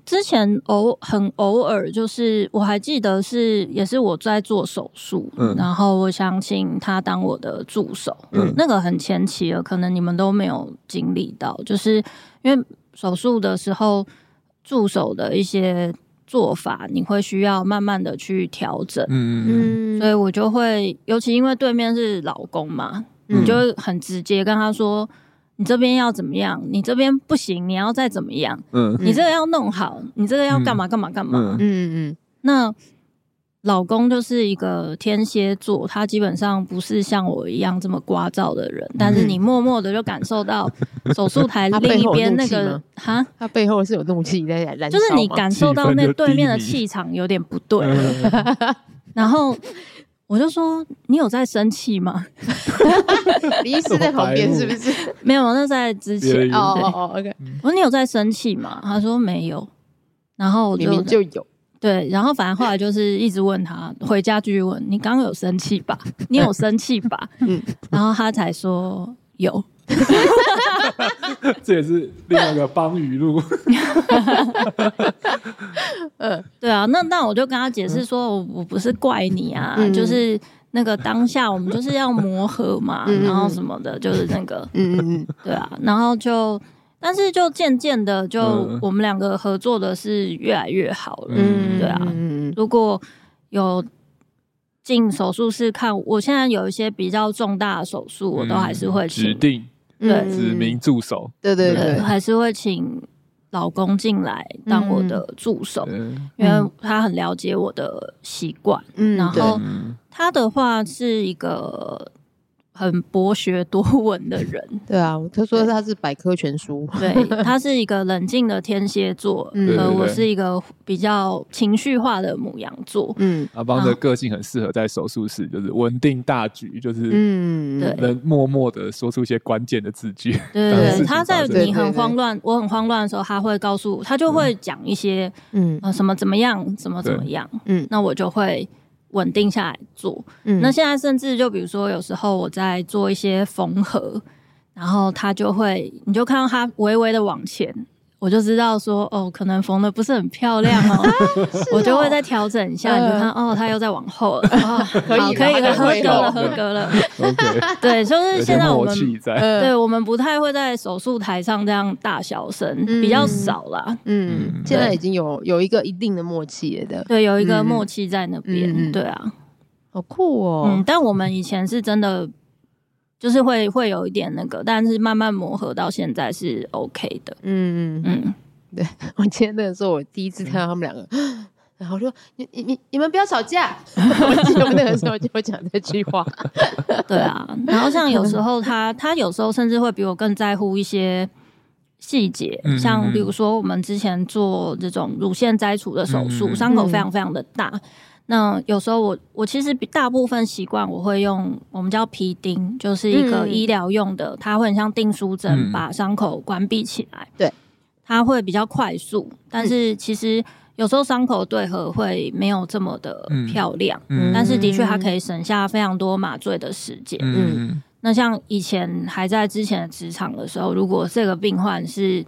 Speaker 3: 之前偶很偶尔，就是我还记得是也是我在做手术，
Speaker 1: 嗯
Speaker 3: 然后我想请他当我的助手，
Speaker 1: 嗯
Speaker 3: 那个很前期了，可能你们都没有经历到，就是因为手术的时候助手的一些做法，你会需要慢慢的去调整。
Speaker 1: 嗯嗯
Speaker 2: 嗯
Speaker 3: 所以我就会，尤其因为对面是老公嘛，
Speaker 1: 嗯
Speaker 3: 你就会很直接跟他说，你这边要怎么样，你这边不行，你要再怎么样，
Speaker 1: 嗯
Speaker 2: 嗯
Speaker 3: 你这个要弄好，你这个要干嘛干嘛干嘛。
Speaker 1: 嗯
Speaker 2: 嗯嗯
Speaker 3: 那老公就是一个天蝎座，他基本上不是像我一样这么聒噪的人，但是你默默的就感受到手术台
Speaker 2: 嗯 他
Speaker 3: 另
Speaker 2: 背
Speaker 3: 一
Speaker 2: 后有
Speaker 3: 边
Speaker 2: 怒
Speaker 3: 那
Speaker 2: 气
Speaker 3: 个
Speaker 2: 吗
Speaker 3: 哈，
Speaker 2: 他背后是有怒气在燃烧吗，
Speaker 3: 就是你 感受到
Speaker 1: 气氛
Speaker 3: 那
Speaker 1: 就
Speaker 3: 对面的
Speaker 1: 低迷
Speaker 3: 气场有点不对，
Speaker 1: 嗯
Speaker 3: 然后。我就说你有在生气吗？
Speaker 2: 李医师在旁边是不是？
Speaker 3: 没有，那在之
Speaker 1: 别
Speaker 3: 前
Speaker 1: 人
Speaker 2: 哦
Speaker 3: 对
Speaker 2: 哦哦，OK，
Speaker 3: 我说你有在生气吗？他说没有，然后我
Speaker 2: 明
Speaker 3: 就
Speaker 2: 明就有，
Speaker 3: 对，然后反正后来就是一直问他，回家继续问你刚刚有生气吧？你有生气吧？
Speaker 2: 嗯
Speaker 3: 然后他才说有，
Speaker 1: 这也是另外一个帮语录，
Speaker 2: 嗯
Speaker 3: 对啊，那那我就跟他解释说，我我不是怪你啊，
Speaker 2: 嗯
Speaker 3: 就是那个当下我们就是要磨合嘛，
Speaker 2: 嗯嗯嗯
Speaker 3: 然后什么的，就是那个
Speaker 2: 嗯嗯嗯，
Speaker 3: 对啊，然后就。但是就渐渐的，就
Speaker 1: 嗯
Speaker 3: 我们两个合作的是越来越好了，
Speaker 1: 嗯
Speaker 3: 对啊，
Speaker 2: 嗯嗯
Speaker 3: 如果有进手术室看，我现在有一些比较重大的手术，我都还是会
Speaker 1: 嗯指
Speaker 3: 请，
Speaker 1: 定
Speaker 2: 嗯
Speaker 1: 指明，助手，
Speaker 2: 对对
Speaker 3: 啊对，
Speaker 2: 对，
Speaker 3: 还是会请老公进来当我的助手，
Speaker 1: 嗯
Speaker 3: 因为他很了解我的习惯。
Speaker 2: 嗯，
Speaker 3: 然
Speaker 2: 对
Speaker 3: 后
Speaker 1: 嗯
Speaker 3: 他的话是一个很博学多闻的 人，
Speaker 2: 对啊，他说他是百科全书，
Speaker 3: 对他是一个冷静的天蝎座，
Speaker 2: 嗯
Speaker 1: 对对
Speaker 3: 呃，
Speaker 1: 对
Speaker 3: 我是一个比较情绪化的母羊座，
Speaker 2: 嗯
Speaker 1: 阿邦的个性很适合在手术室，就是稳定大局，就是
Speaker 2: 嗯，
Speaker 3: 对
Speaker 1: 能默默的说出一些关键的字句，
Speaker 3: 对
Speaker 1: 当
Speaker 3: 对
Speaker 1: 事情
Speaker 3: 对，他在
Speaker 1: 发生
Speaker 3: 你
Speaker 2: 对对
Speaker 3: 很
Speaker 2: 对
Speaker 3: 慌乱，我很慌乱的时候，他会告诉，他就会讲一些
Speaker 2: 嗯
Speaker 3: 呃什么怎么样，怎么怎么样，
Speaker 2: 嗯
Speaker 3: 那我就会稳定下来做。
Speaker 2: 嗯，
Speaker 3: 那现在甚至就比如说，有时候我在做一些缝合，然后他就会，你就看到他微微的往前。我就知道说哦，可能缝的不是很漂亮哦， 我就会再调整一下。
Speaker 2: 啊嗯
Speaker 3: 你就看哦，他又在往后 了，哦，
Speaker 2: 可以
Speaker 3: 好
Speaker 2: 了
Speaker 3: 可以
Speaker 2: 他
Speaker 3: 了，
Speaker 2: 就
Speaker 3: 合
Speaker 2: 会
Speaker 3: 格了，
Speaker 1: 了
Speaker 3: 合格了。
Speaker 1: ，OK，
Speaker 3: 对，就
Speaker 1: 有
Speaker 3: 是
Speaker 1: 些
Speaker 3: 现在
Speaker 1: 默
Speaker 3: 我们
Speaker 1: 契在，呃
Speaker 3: 对
Speaker 2: 对，
Speaker 3: 我们不太会在手术台上这样大小声，
Speaker 2: 嗯
Speaker 3: 比较少啦。
Speaker 2: 嗯，现在已经有有一个一定的默契了的，
Speaker 3: 对，有一个默契在那边，
Speaker 2: 嗯嗯嗯
Speaker 3: 对啊，
Speaker 2: 好酷
Speaker 3: 嗯
Speaker 2: 哦，，
Speaker 3: 但我们以前是真的，就是会会有一点那个，但是慢慢磨合到现在是 OK 的，
Speaker 2: 嗯嗯，
Speaker 3: 嗯，
Speaker 2: 我今天那个时候我第一次看到他们两个。 然后就你你你你们不要吵架， 我记得那个时候就讲这句话，
Speaker 3: 对啊。然后像有时候他他有时候甚至会比我更在乎一些细节，
Speaker 1: 嗯嗯
Speaker 3: 像
Speaker 1: 嗯
Speaker 3: 比如说我们之前做这种乳腺摘除的手术，
Speaker 1: 嗯嗯嗯
Speaker 3: 伤口非常非常的大。那有时候我我其实比大部分习惯我会用我们叫皮钉，就是一个
Speaker 2: 嗯
Speaker 3: 医疗用的，它会很像订书针，
Speaker 1: 嗯
Speaker 3: 把伤口关闭起来。
Speaker 2: 对，嗯
Speaker 3: 它会比较快速，但是其实有时候伤口对合会没有这么的
Speaker 1: 嗯
Speaker 3: 漂亮，
Speaker 1: 嗯
Speaker 3: 但是的确它可以省下非常多麻醉的时间。
Speaker 1: 嗯
Speaker 3: 那像以前还在之前的职场的时候，如果这个病患是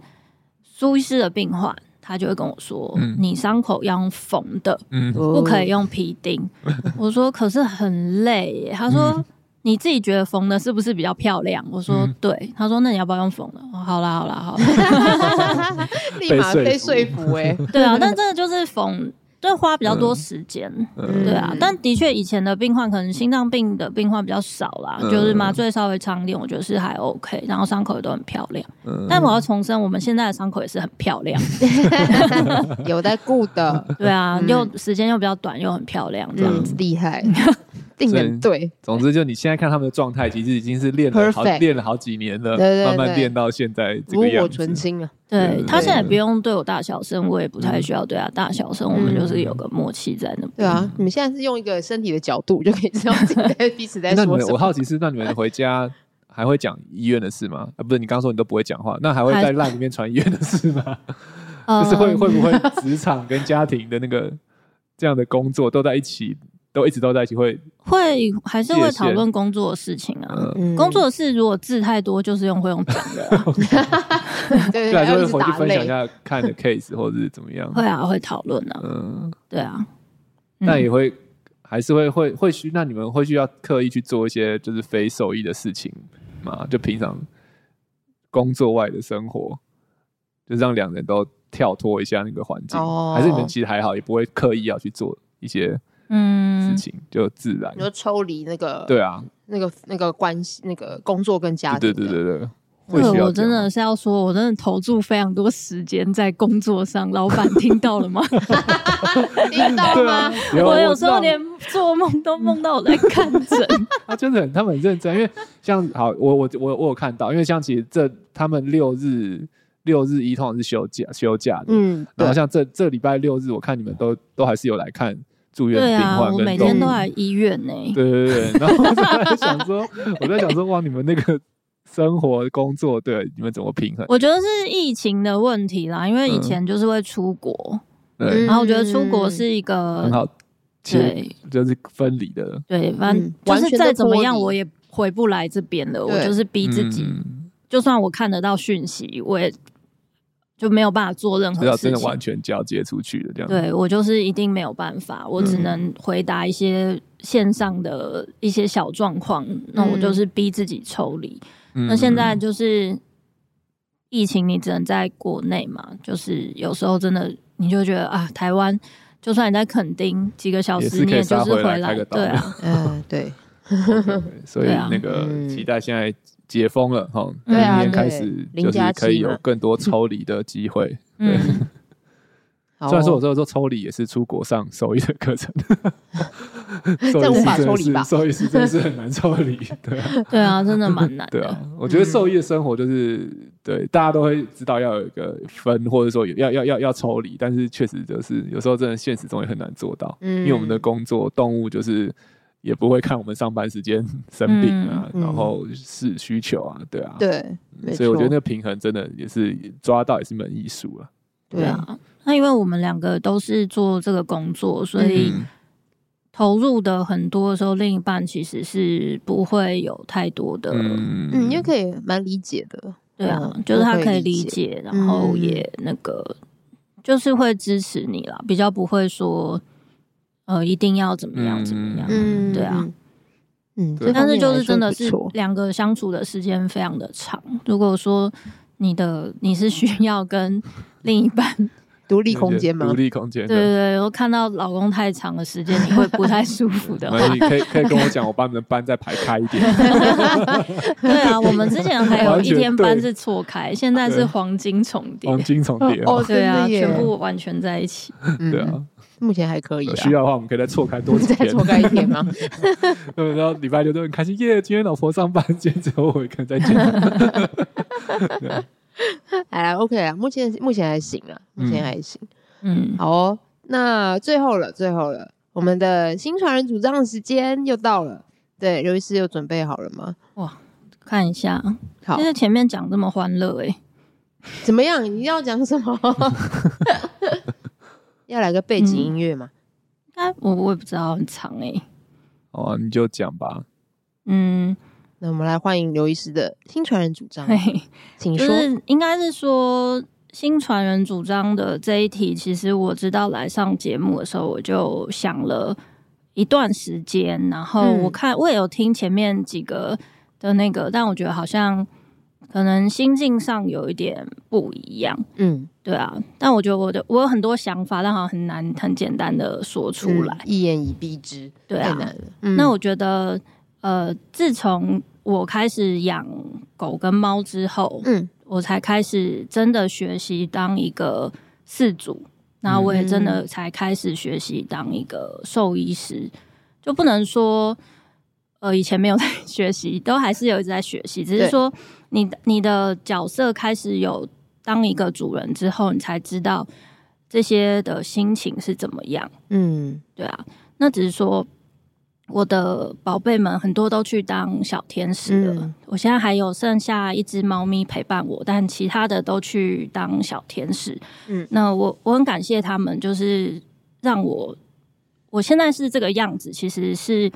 Speaker 3: 苏医师的病患，他就会跟我说：“
Speaker 1: 嗯
Speaker 3: 你伤口要用缝的，
Speaker 1: 嗯
Speaker 2: 不
Speaker 3: 不可以用皮 钉。我说：“可是很累耶。”
Speaker 1: 嗯
Speaker 3: 他说：“你自己觉得缝的是不是比较漂亮？”我说：“
Speaker 1: 嗯
Speaker 3: 对。”他说：“那你要不要用缝的？”我说好啦，好啦， 好啦。
Speaker 2: 立马被说服哎、
Speaker 3: 对啊，但真的就是缝，就花比较多时间。
Speaker 1: 嗯
Speaker 3: 对啊
Speaker 2: 嗯，
Speaker 3: 但的确以前的病患可能心脏病的病患比较少啦，
Speaker 1: 嗯
Speaker 3: 就是麻醉稍微长一点，我觉得是还 OK，然后伤口也都很漂亮。
Speaker 1: 嗯，
Speaker 3: 但我要重申，我们现在的伤口也是很漂 亮，
Speaker 2: 有在顾的，
Speaker 3: 对啊，
Speaker 2: 嗯
Speaker 3: 又时间又比较短，又很漂亮，这样
Speaker 2: 嗯
Speaker 3: 子。，
Speaker 2: 厉 害，定的对，
Speaker 1: 总之，就你现在看他们的状态，其实已经是练了好
Speaker 2: Perfect
Speaker 1: 练了好几年了，
Speaker 2: 对对对
Speaker 1: 慢慢练到现在这
Speaker 2: 炉
Speaker 1: 个样
Speaker 2: 火
Speaker 1: 子。
Speaker 2: 纯青啊，
Speaker 3: 对
Speaker 1: 嗯
Speaker 3: 他现在也不用对我大小声，我也不太需要对他啊大小声，我们就是有个默契在那
Speaker 2: 对
Speaker 3: 边。
Speaker 2: 啊，你们现在是用一个身体的角度就可以知道自己在彼此在
Speaker 1: 那你
Speaker 2: 说
Speaker 1: 们，
Speaker 2: 什
Speaker 1: 我
Speaker 2: 么，
Speaker 1: 好奇是，那你们回家还会讲医院的事吗？啊，不是，你刚说你都不会讲话，那还会在烂里面传医院的事 吗？嗯就是
Speaker 2: 嗯
Speaker 1: 会
Speaker 3: 呃
Speaker 1: 会不会职场跟家庭的那个这样的工作都在一起，都一直都在一起会？
Speaker 3: 会还是会讨论工作的事情啊。
Speaker 1: 嗯，
Speaker 2: 嗯
Speaker 3: 工作的事如果字太多，就是用会用讲的啊、
Speaker 2: 对
Speaker 1: 对啊，
Speaker 2: 还
Speaker 1: 就
Speaker 2: 要
Speaker 1: 会
Speaker 2: 一直
Speaker 1: 回去
Speaker 2: 打
Speaker 1: 分享一
Speaker 2: 累。
Speaker 1: 下看 的 case 或者是怎么样。
Speaker 3: 会啊，会讨论啊，
Speaker 1: 嗯，
Speaker 3: 对啊。嗯
Speaker 1: 那也会还是会会会需，那你们会需要刻意去做一些就是非手艺的事情吗？就平常工作外的生活，就让两人都跳脱一下那个环境，
Speaker 2: 哦
Speaker 1: 还是你们其实还好，也不会刻意要去做一些事
Speaker 3: 嗯，
Speaker 1: 情，就自然
Speaker 2: 你。说抽离那个
Speaker 1: 对啊，
Speaker 2: 那个那个关系，那个工作跟家
Speaker 1: 对
Speaker 2: 庭，
Speaker 1: 对对，对对，会需
Speaker 3: 对，
Speaker 1: 要这
Speaker 3: 我哦真
Speaker 1: 样
Speaker 3: 的是要说，我真的投注非常多时间在工作上。老板听到了吗？
Speaker 2: 听到
Speaker 1: 对
Speaker 2: 吗
Speaker 1: 啊？，
Speaker 3: 我有时
Speaker 1: 知道
Speaker 3: 候连做梦都梦到我在看 诊。
Speaker 1: 他真的很，他们很认真，因为像好，我我我我有看到，因为像其实这他们六日六日一通常是休假休假的，
Speaker 2: 嗯，
Speaker 1: 然后
Speaker 2: 对，
Speaker 1: 像这这礼拜六日，我看你们都都还是有来看住院
Speaker 3: 对
Speaker 1: 病
Speaker 3: 啊，
Speaker 1: 患
Speaker 3: 我
Speaker 1: 跟
Speaker 3: 每
Speaker 1: 动
Speaker 3: 天
Speaker 1: 物
Speaker 3: 都来医院呢、
Speaker 1: 对对对，对然后我在想说， 我在想说，哇，你们那个生活工作，对你们怎么平衡？
Speaker 3: 我觉得是疫情的问题啦，因为
Speaker 1: 嗯
Speaker 3: 以前就是会出国，
Speaker 2: 嗯
Speaker 1: 对，
Speaker 3: 然后我觉得出国是一
Speaker 1: 很
Speaker 3: 个
Speaker 1: 好，其实
Speaker 3: 嗯对
Speaker 1: 就是分离的，
Speaker 3: 对，反正
Speaker 2: 嗯
Speaker 3: 就
Speaker 2: 完全
Speaker 3: 是
Speaker 2: 的
Speaker 3: 再怎么样
Speaker 2: 脱离
Speaker 3: 我也回不来这边了。我
Speaker 2: 对
Speaker 3: 就是逼自己，
Speaker 1: 嗯
Speaker 3: 就算我看得到讯息，我也就没有办法做任
Speaker 1: 不要啊
Speaker 3: 何
Speaker 1: 真
Speaker 3: 事
Speaker 1: 的
Speaker 3: 情
Speaker 1: 完。全交接出去的这样。
Speaker 3: 对我就是一定没有办法，我只
Speaker 1: 嗯
Speaker 3: 能回答一些线上的一些小状况，那我就是逼自己抽离。
Speaker 1: 嗯，
Speaker 3: 那现在
Speaker 1: 嗯
Speaker 3: 就是疫情，你只能在国内嘛，就是有时候真的你就觉得啊，台湾就算你在垦丁几个小
Speaker 1: 也
Speaker 3: 时，
Speaker 1: 是
Speaker 3: 你
Speaker 1: 可以
Speaker 3: 也就
Speaker 1: 杀
Speaker 3: 是
Speaker 1: 回来
Speaker 3: 来
Speaker 1: 开个，岛
Speaker 3: 对 啊，
Speaker 2: 嗯，对，
Speaker 1: OK，所以
Speaker 3: 对啊
Speaker 1: 那个
Speaker 2: 嗯
Speaker 1: 期待现在解封了哈，
Speaker 3: 对啊
Speaker 1: 明年开
Speaker 2: 对
Speaker 1: 始
Speaker 2: 零
Speaker 1: 就是
Speaker 2: 加
Speaker 1: 可以
Speaker 2: 七嘛
Speaker 1: 有更多抽离的机会。
Speaker 3: 嗯，
Speaker 2: 好
Speaker 1: 虽然说
Speaker 2: 哦
Speaker 1: 我说说抽离也是出国上手艺的课程，
Speaker 2: 这
Speaker 1: 兽医
Speaker 2: 无法
Speaker 1: 师真的
Speaker 2: 抽离
Speaker 1: 是
Speaker 2: 吧
Speaker 1: 兽医师真的是很难抽离，对啊，
Speaker 3: 对啊，真的蛮难
Speaker 1: 对
Speaker 3: 的。
Speaker 1: 啊。我觉得兽医的
Speaker 2: 嗯
Speaker 1: 生活就是对大家都会知道要有一个分，或者说有要要要要抽离，但是确实就是有时候真的现实中也很难做到，
Speaker 2: 嗯
Speaker 1: 因为我们的工作动物就是。也不会看我们上班时间生病啊，
Speaker 2: 嗯
Speaker 1: 然后是需求啊，对啊，
Speaker 2: 对，没
Speaker 1: 所以我觉得那
Speaker 2: 错
Speaker 1: 个平衡真的也是抓到也是门艺术了。
Speaker 3: 对，啊，那因为我们两个都是做这个工作，所以
Speaker 1: 嗯
Speaker 3: 投入的很多的时候，另一半其实是不会有太多的，
Speaker 2: 嗯，因为可以蛮理解的，
Speaker 3: 对啊
Speaker 2: 嗯，
Speaker 3: 就是他可以
Speaker 2: 我理嗯
Speaker 3: 理解，然后也那个就是会支持你啦，比较不会说呃一定要怎么样怎么样。
Speaker 2: 嗯，
Speaker 3: 对啊
Speaker 2: 嗯，嗯，
Speaker 1: 对
Speaker 2: 这方
Speaker 3: 但是
Speaker 2: 面
Speaker 3: 就
Speaker 2: 来
Speaker 3: 是
Speaker 2: 说
Speaker 3: 真的
Speaker 2: 不
Speaker 3: 是
Speaker 2: 错
Speaker 3: 两个相处的时间非常的长。如果说你的你是
Speaker 2: 嗯
Speaker 3: 需要跟另一 半，
Speaker 2: 独立空间吗
Speaker 1: 独？立空间，
Speaker 3: 对对
Speaker 1: 对。
Speaker 3: 对，我看到老公太长的时间，你会不太舒服的话，
Speaker 1: 那你 可以可以跟我讲，我把你们班再排开一点。
Speaker 3: 对啊，我们之前还有
Speaker 1: 完
Speaker 3: 一
Speaker 1: 全
Speaker 3: 天班
Speaker 1: 对
Speaker 3: 是错开，现在是
Speaker 1: 对
Speaker 3: 黄金重叠
Speaker 1: 黄。金重叠啊，
Speaker 2: 哦，
Speaker 3: 对啊，
Speaker 2: 真的耶
Speaker 3: 全部完全在一起。
Speaker 1: 对
Speaker 2: 嗯
Speaker 1: 啊，
Speaker 2: 目前还可以
Speaker 1: 有
Speaker 2: 啊，
Speaker 1: 需要的话我们可以再错开多几
Speaker 2: 再
Speaker 1: 天。
Speaker 2: 错开一天吗？
Speaker 1: 对然后礼拜六都很开心，耶！今天老婆上班，今天只有我一个人在家。
Speaker 2: 哎呀，OK 啊，目前目前还行啊，目
Speaker 1: 嗯
Speaker 2: 前还行。
Speaker 3: 嗯，
Speaker 2: 好哦，那最后了，最后了，我们的新传人主张的时间又到了。对，刘医师有准备好了吗？
Speaker 3: 看一下，
Speaker 2: 好
Speaker 3: 其，实前面讲这么欢乐、欸，
Speaker 2: 怎么样？你要讲什么？ 要来个背景音乐嘛？
Speaker 3: 哎，我我也不知道很长哎、
Speaker 1: 哦，你就讲吧。
Speaker 3: 嗯，
Speaker 2: 那我们来欢迎刘医师的新传人主张，
Speaker 3: 对，
Speaker 2: 请
Speaker 3: 哎就
Speaker 2: 嗯说。
Speaker 3: 是应该是说新传人主张的这一题，其实我知道来上节目的时候，我就想了一段时间，然后
Speaker 2: 嗯
Speaker 3: 我看我也有听前面几个的那个，但我觉得好像可能心境上有一点不一样。
Speaker 2: 嗯，
Speaker 3: 对啊，但我觉得我的我有很多想法，但好像很难很简单的说出来。
Speaker 2: 嗯一言以蔽之，
Speaker 3: 对
Speaker 2: 太
Speaker 3: 啊
Speaker 2: 难了。嗯
Speaker 3: 那我觉得，呃，自从我开始养狗跟猫之后，
Speaker 2: 嗯
Speaker 3: 我才开始真的学习当一个饲主，然后我
Speaker 2: 嗯
Speaker 3: 也真的才开始学习当一个兽医师，就不能说。呃，以前没有 在学习，都还是有一直在学习，只是
Speaker 2: 对
Speaker 3: 说你的你的角色开始有当一个主人之后，你才知道这些的心情是怎么样。
Speaker 2: 嗯
Speaker 3: 对啊，那只是说，我的宝贝们很多都去当小天使了。
Speaker 2: 嗯
Speaker 3: 我现在还有剩下一只猫咪陪伴我，但其他的都去当小天使。
Speaker 2: 嗯
Speaker 3: 嗯，那我我很感谢他们，就是让我我现在是这个样子，其实是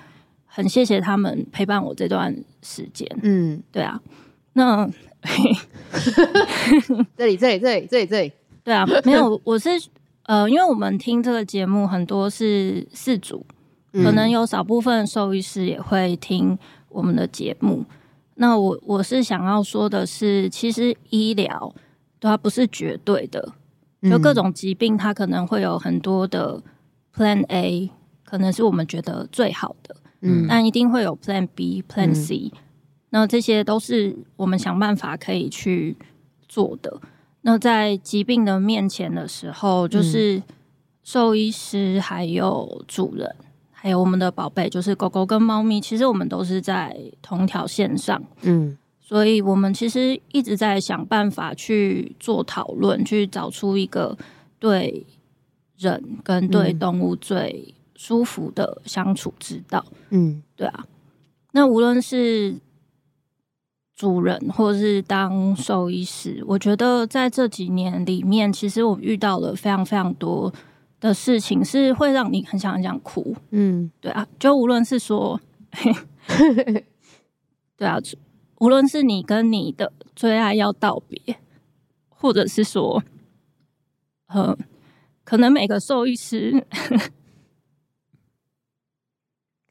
Speaker 3: 很谢谢他们陪伴我这段时间。
Speaker 2: 嗯，
Speaker 3: 对啊，那
Speaker 2: 这里这里这里这里这里，
Speaker 3: 对啊，没有，我是呃，因为我们听这个节目很多是四组，
Speaker 2: 嗯
Speaker 3: 可能有少部分兽医师也会听我们的节目。那我我是想要说的是，其实医疗它不是绝对的，
Speaker 2: 嗯
Speaker 3: 就各种疾病它可能会有很多的 Plan A，可能是我们觉得最好的，
Speaker 2: 嗯
Speaker 3: 但一定会有 Plan B、Plan
Speaker 2: 嗯
Speaker 3: C，、那这些都是我们想办法可以去做的。那在疾病的面前的时候，
Speaker 2: 嗯
Speaker 3: 就是兽医师、还有主人、还有我们的宝贝，就是狗狗跟猫咪，其实我们都是在同条线上，
Speaker 2: 嗯
Speaker 3: 所以我们其实一直在想办法去做讨论，去找出一个对人跟对
Speaker 2: 嗯
Speaker 3: 动物最舒服的相处之道。
Speaker 2: 嗯
Speaker 3: 对啊，那无论是主人或是当兽医师，我觉得在这几年里面，其实我遇到了非常非常多的事情，是会让你很想很想哭。
Speaker 2: 嗯
Speaker 3: 对啊，就无论是说，对啊，无论是你跟你的最爱要道别，或者是说，呃，可能每个兽医师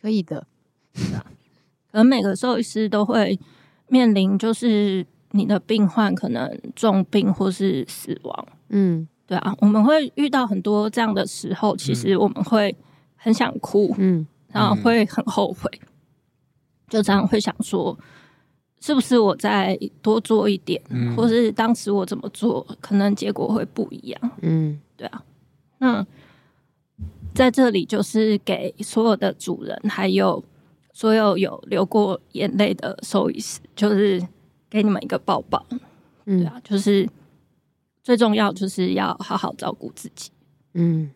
Speaker 2: 可以的，
Speaker 3: 可能每个兽医师都会面临，就是你的病患可能重病或是死亡，
Speaker 2: 嗯
Speaker 3: 对啊，我们会遇到很多这样的时候，其实我们会很想哭，
Speaker 2: 嗯
Speaker 3: 然后会很后悔，就这样会想说，是不是我再多做一点，
Speaker 1: 嗯
Speaker 3: 或是当时我怎么做，可能结果会不一样。
Speaker 2: 嗯
Speaker 3: 对啊，那在这里就是给所有的主人，还有所有有流过眼泪的兽医师，就是给你们一个抱抱。对
Speaker 2: 嗯
Speaker 3: 啊，就是最重要就是要好好照顾自己。
Speaker 2: 嗯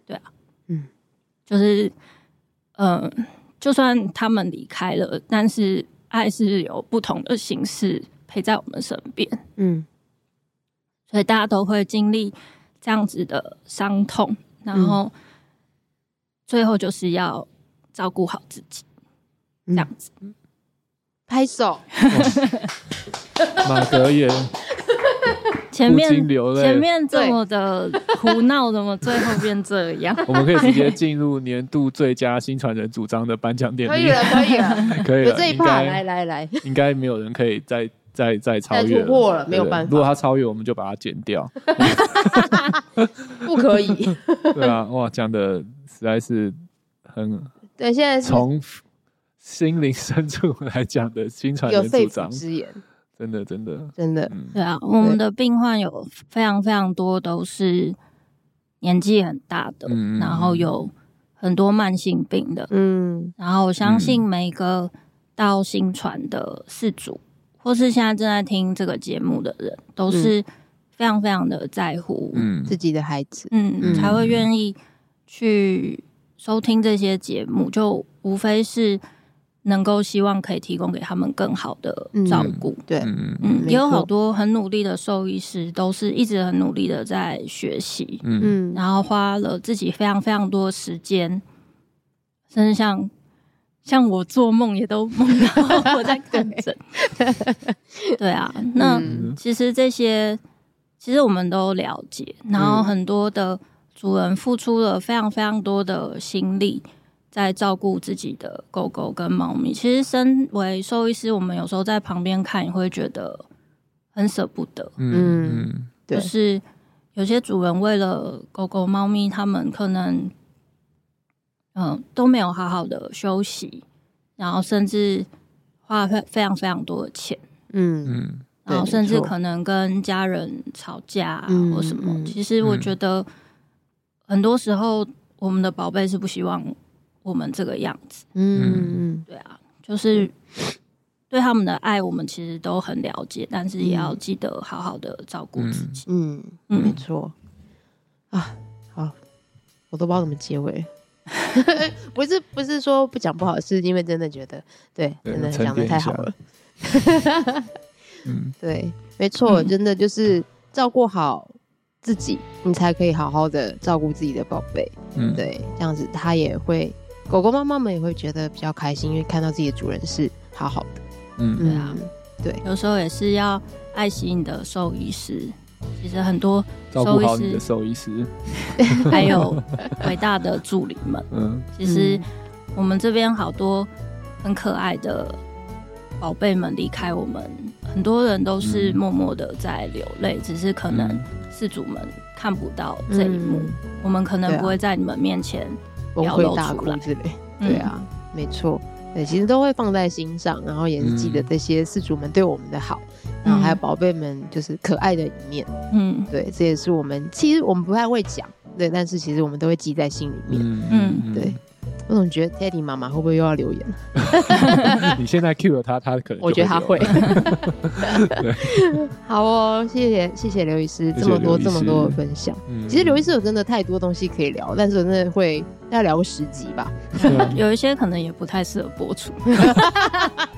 Speaker 3: 就是，嗯、就算他们离开了，但是爱是有不同的形式陪在我们身边。
Speaker 2: 嗯
Speaker 3: 所以大家都会经历这样子的伤痛，然后最后就是要照顾好自己，
Speaker 2: 嗯
Speaker 3: 这样子。
Speaker 2: 拍手，
Speaker 1: 马德也
Speaker 3: 前
Speaker 1: 不禁
Speaker 3: 面
Speaker 1: 流泪
Speaker 3: 前面这么的胡闹，怎么最后变这样？
Speaker 1: 我们可以直接进入年度最佳新传人主张的颁奖典
Speaker 2: 可以
Speaker 1: 礼，
Speaker 2: 了可以了，
Speaker 1: 可以
Speaker 2: 有
Speaker 1: 了，
Speaker 2: 这一
Speaker 1: 应
Speaker 2: 趴，
Speaker 1: 该
Speaker 2: 来来来，
Speaker 1: 应该没有人可以再再再超越
Speaker 2: 再突破
Speaker 1: 对
Speaker 2: 了
Speaker 1: 不
Speaker 2: 没有
Speaker 1: 对
Speaker 2: 办法
Speaker 1: 如果他超越，我们就把它剪掉。
Speaker 2: 不可以，
Speaker 1: 对啊，哇，讲的实在是很
Speaker 2: 对，现在是
Speaker 1: 从心灵深处来讲的新传
Speaker 2: 有
Speaker 1: 人
Speaker 2: 肺
Speaker 1: 主
Speaker 2: 腑
Speaker 1: 张，嗯
Speaker 2: 之言，
Speaker 1: 真的真的，
Speaker 2: 真的，
Speaker 1: 嗯，
Speaker 3: 对啊，我们的病患有非常非常多都是年纪很大的，
Speaker 1: 嗯嗯嗯
Speaker 3: 然后有很多慢性病的，
Speaker 2: 嗯
Speaker 3: 然后我相信每个到新传的四组，或是现在正在听这个节目的人，
Speaker 2: 嗯
Speaker 3: 都是非常非常的在乎，嗯
Speaker 1: 嗯
Speaker 2: 自己的孩子，
Speaker 1: 嗯
Speaker 3: 才会愿意去收听这些节目，就无非是能够希望可以提供给他们更好的照顾。
Speaker 2: 对，
Speaker 1: 嗯嗯
Speaker 3: 嗯
Speaker 2: 没，错
Speaker 3: 也有好多很努力的兽医师，都是一直很努力的在学习，
Speaker 1: 嗯，
Speaker 2: 嗯
Speaker 3: 然后花了自己非常非常多时间，甚至像像我做梦也都梦到我在看诊。对啊，那、
Speaker 2: 嗯
Speaker 3: 其实这些其实我们都了解，然后
Speaker 2: 嗯
Speaker 3: 很多的主人付出了非常非常多的心力。在照顾自己的狗狗跟猫咪，其实身为兽医师，我们有时候在旁边看，也会觉得很舍不得。
Speaker 1: 嗯嗯
Speaker 2: 对
Speaker 3: 就是有些主人为了狗狗、猫咪，他们可能嗯、都没有好好的休息，然后甚至花费非常非常多的钱，
Speaker 2: 嗯
Speaker 1: 嗯
Speaker 2: 对
Speaker 3: 然后甚
Speaker 2: 没
Speaker 3: 至
Speaker 2: 错
Speaker 3: 可能跟家人吵架、啊
Speaker 2: 嗯
Speaker 3: 或什么。
Speaker 2: 嗯
Speaker 3: 其实我
Speaker 1: 嗯
Speaker 3: 觉得很多时候我们的宝贝是不希望我们这个样子，
Speaker 2: 嗯
Speaker 3: 对啊，就是。对他们的爱，我们其实都很了解，但是也
Speaker 2: 嗯
Speaker 3: 要记得好好的照顾自己。
Speaker 1: 嗯
Speaker 2: 嗯嗯，没错啊，好，我都不知道怎么结尾， 不是不是说不讲不好，是因为真的觉得对，
Speaker 1: 对
Speaker 2: 真的
Speaker 1: 沉
Speaker 2: 讲
Speaker 1: 淀
Speaker 2: 的
Speaker 1: 一
Speaker 2: 太好
Speaker 1: 下
Speaker 2: 了。
Speaker 1: 嗯，
Speaker 2: 对，没错，
Speaker 3: 嗯
Speaker 2: 真的就是照顾好自己，你才可以好好的照顾自己的宝贝。
Speaker 1: 嗯，
Speaker 2: 对，这样子它也会，狗狗妈妈们也会觉得比较开心，因为看到自己的主人是好好的。
Speaker 1: 嗯，
Speaker 3: 对啊
Speaker 2: 嗯，
Speaker 3: 有时候也是要爱惜你的兽医师。其实很多
Speaker 1: 照顾好
Speaker 3: 兽医师
Speaker 1: 你的兽医师，
Speaker 3: 还有伟大的助理们，
Speaker 1: 嗯
Speaker 3: 其实我们这边好多很可爱的宝贝们离开我们，很多人都是
Speaker 1: 嗯
Speaker 3: 默默的在流泪，只是可能
Speaker 1: 嗯
Speaker 3: 事主们看不到这一幕，
Speaker 2: 嗯
Speaker 3: 我们可能
Speaker 2: 对啊
Speaker 3: 不会在你们面前，
Speaker 2: 崩
Speaker 3: 表露
Speaker 2: 溃大
Speaker 3: 出
Speaker 2: 哭
Speaker 3: 来
Speaker 2: 之类。
Speaker 3: 嗯
Speaker 2: 对，啊，没错，对，其实都会放在心上，然后也是记得
Speaker 1: 嗯
Speaker 2: 这些饲主们对我们的好，然后还有宝贝们就是可爱的一面。
Speaker 3: 嗯
Speaker 2: 对，这也是我们其实我们不太会讲，对，但是其实我们都会记在心里面。
Speaker 1: 嗯
Speaker 3: 嗯
Speaker 2: 对，我总觉得 Teddy 妈妈会不会又要 留言了？
Speaker 1: 嗯你现在 cue 了他，他可能就
Speaker 2: 我觉得她会
Speaker 1: 留了对。
Speaker 2: 好哦，谢谢谢谢刘医师
Speaker 1: 谢
Speaker 2: 这么
Speaker 1: 刘
Speaker 2: 多
Speaker 1: 医
Speaker 2: 这么多
Speaker 1: 师
Speaker 2: 的分享。
Speaker 1: 嗯
Speaker 2: 其实刘医师有真的太多东西可以聊，但是我真的会要聊个十集吧。
Speaker 1: 对啊
Speaker 3: 有一些可能也不太适合播出，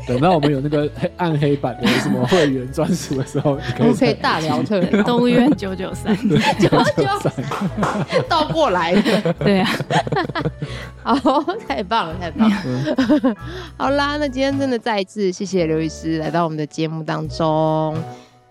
Speaker 1: 等到我们有那个黑暗黑版的什么会员专属的时候，你可
Speaker 2: 我
Speaker 1: 以
Speaker 2: 们可以大聊 特聊，
Speaker 3: 动物医院九九三，
Speaker 2: 就就倒过来的。
Speaker 3: 对啊，
Speaker 2: 好，太棒了，太棒
Speaker 3: 嗯
Speaker 2: 了。 好啦，那今天真的再一次谢谢刘医师来到我们的节目当中。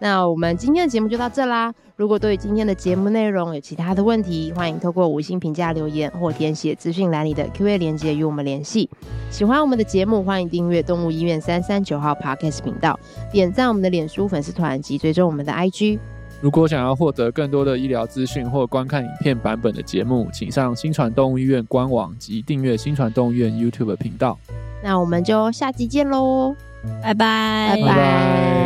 Speaker 2: 那我们今天的节目就到这啦。如果对于今天的节目内容有其他的问题，欢迎透过五星评价留言或填写资讯栏里的 Q&A 连接与我们联系。喜欢我们的节目，欢迎订阅动物医院三三九号 Podcast 频道，点赞我们的脸书粉丝团及追踪我们的 IG。
Speaker 1: 如果想要获得更多的医疗资讯或观看影片版本的节目，请上新传动物医院官网及订阅新传动物医院 YouTube 频道。
Speaker 2: 那我们就下集见喽，
Speaker 3: 拜拜
Speaker 2: 拜拜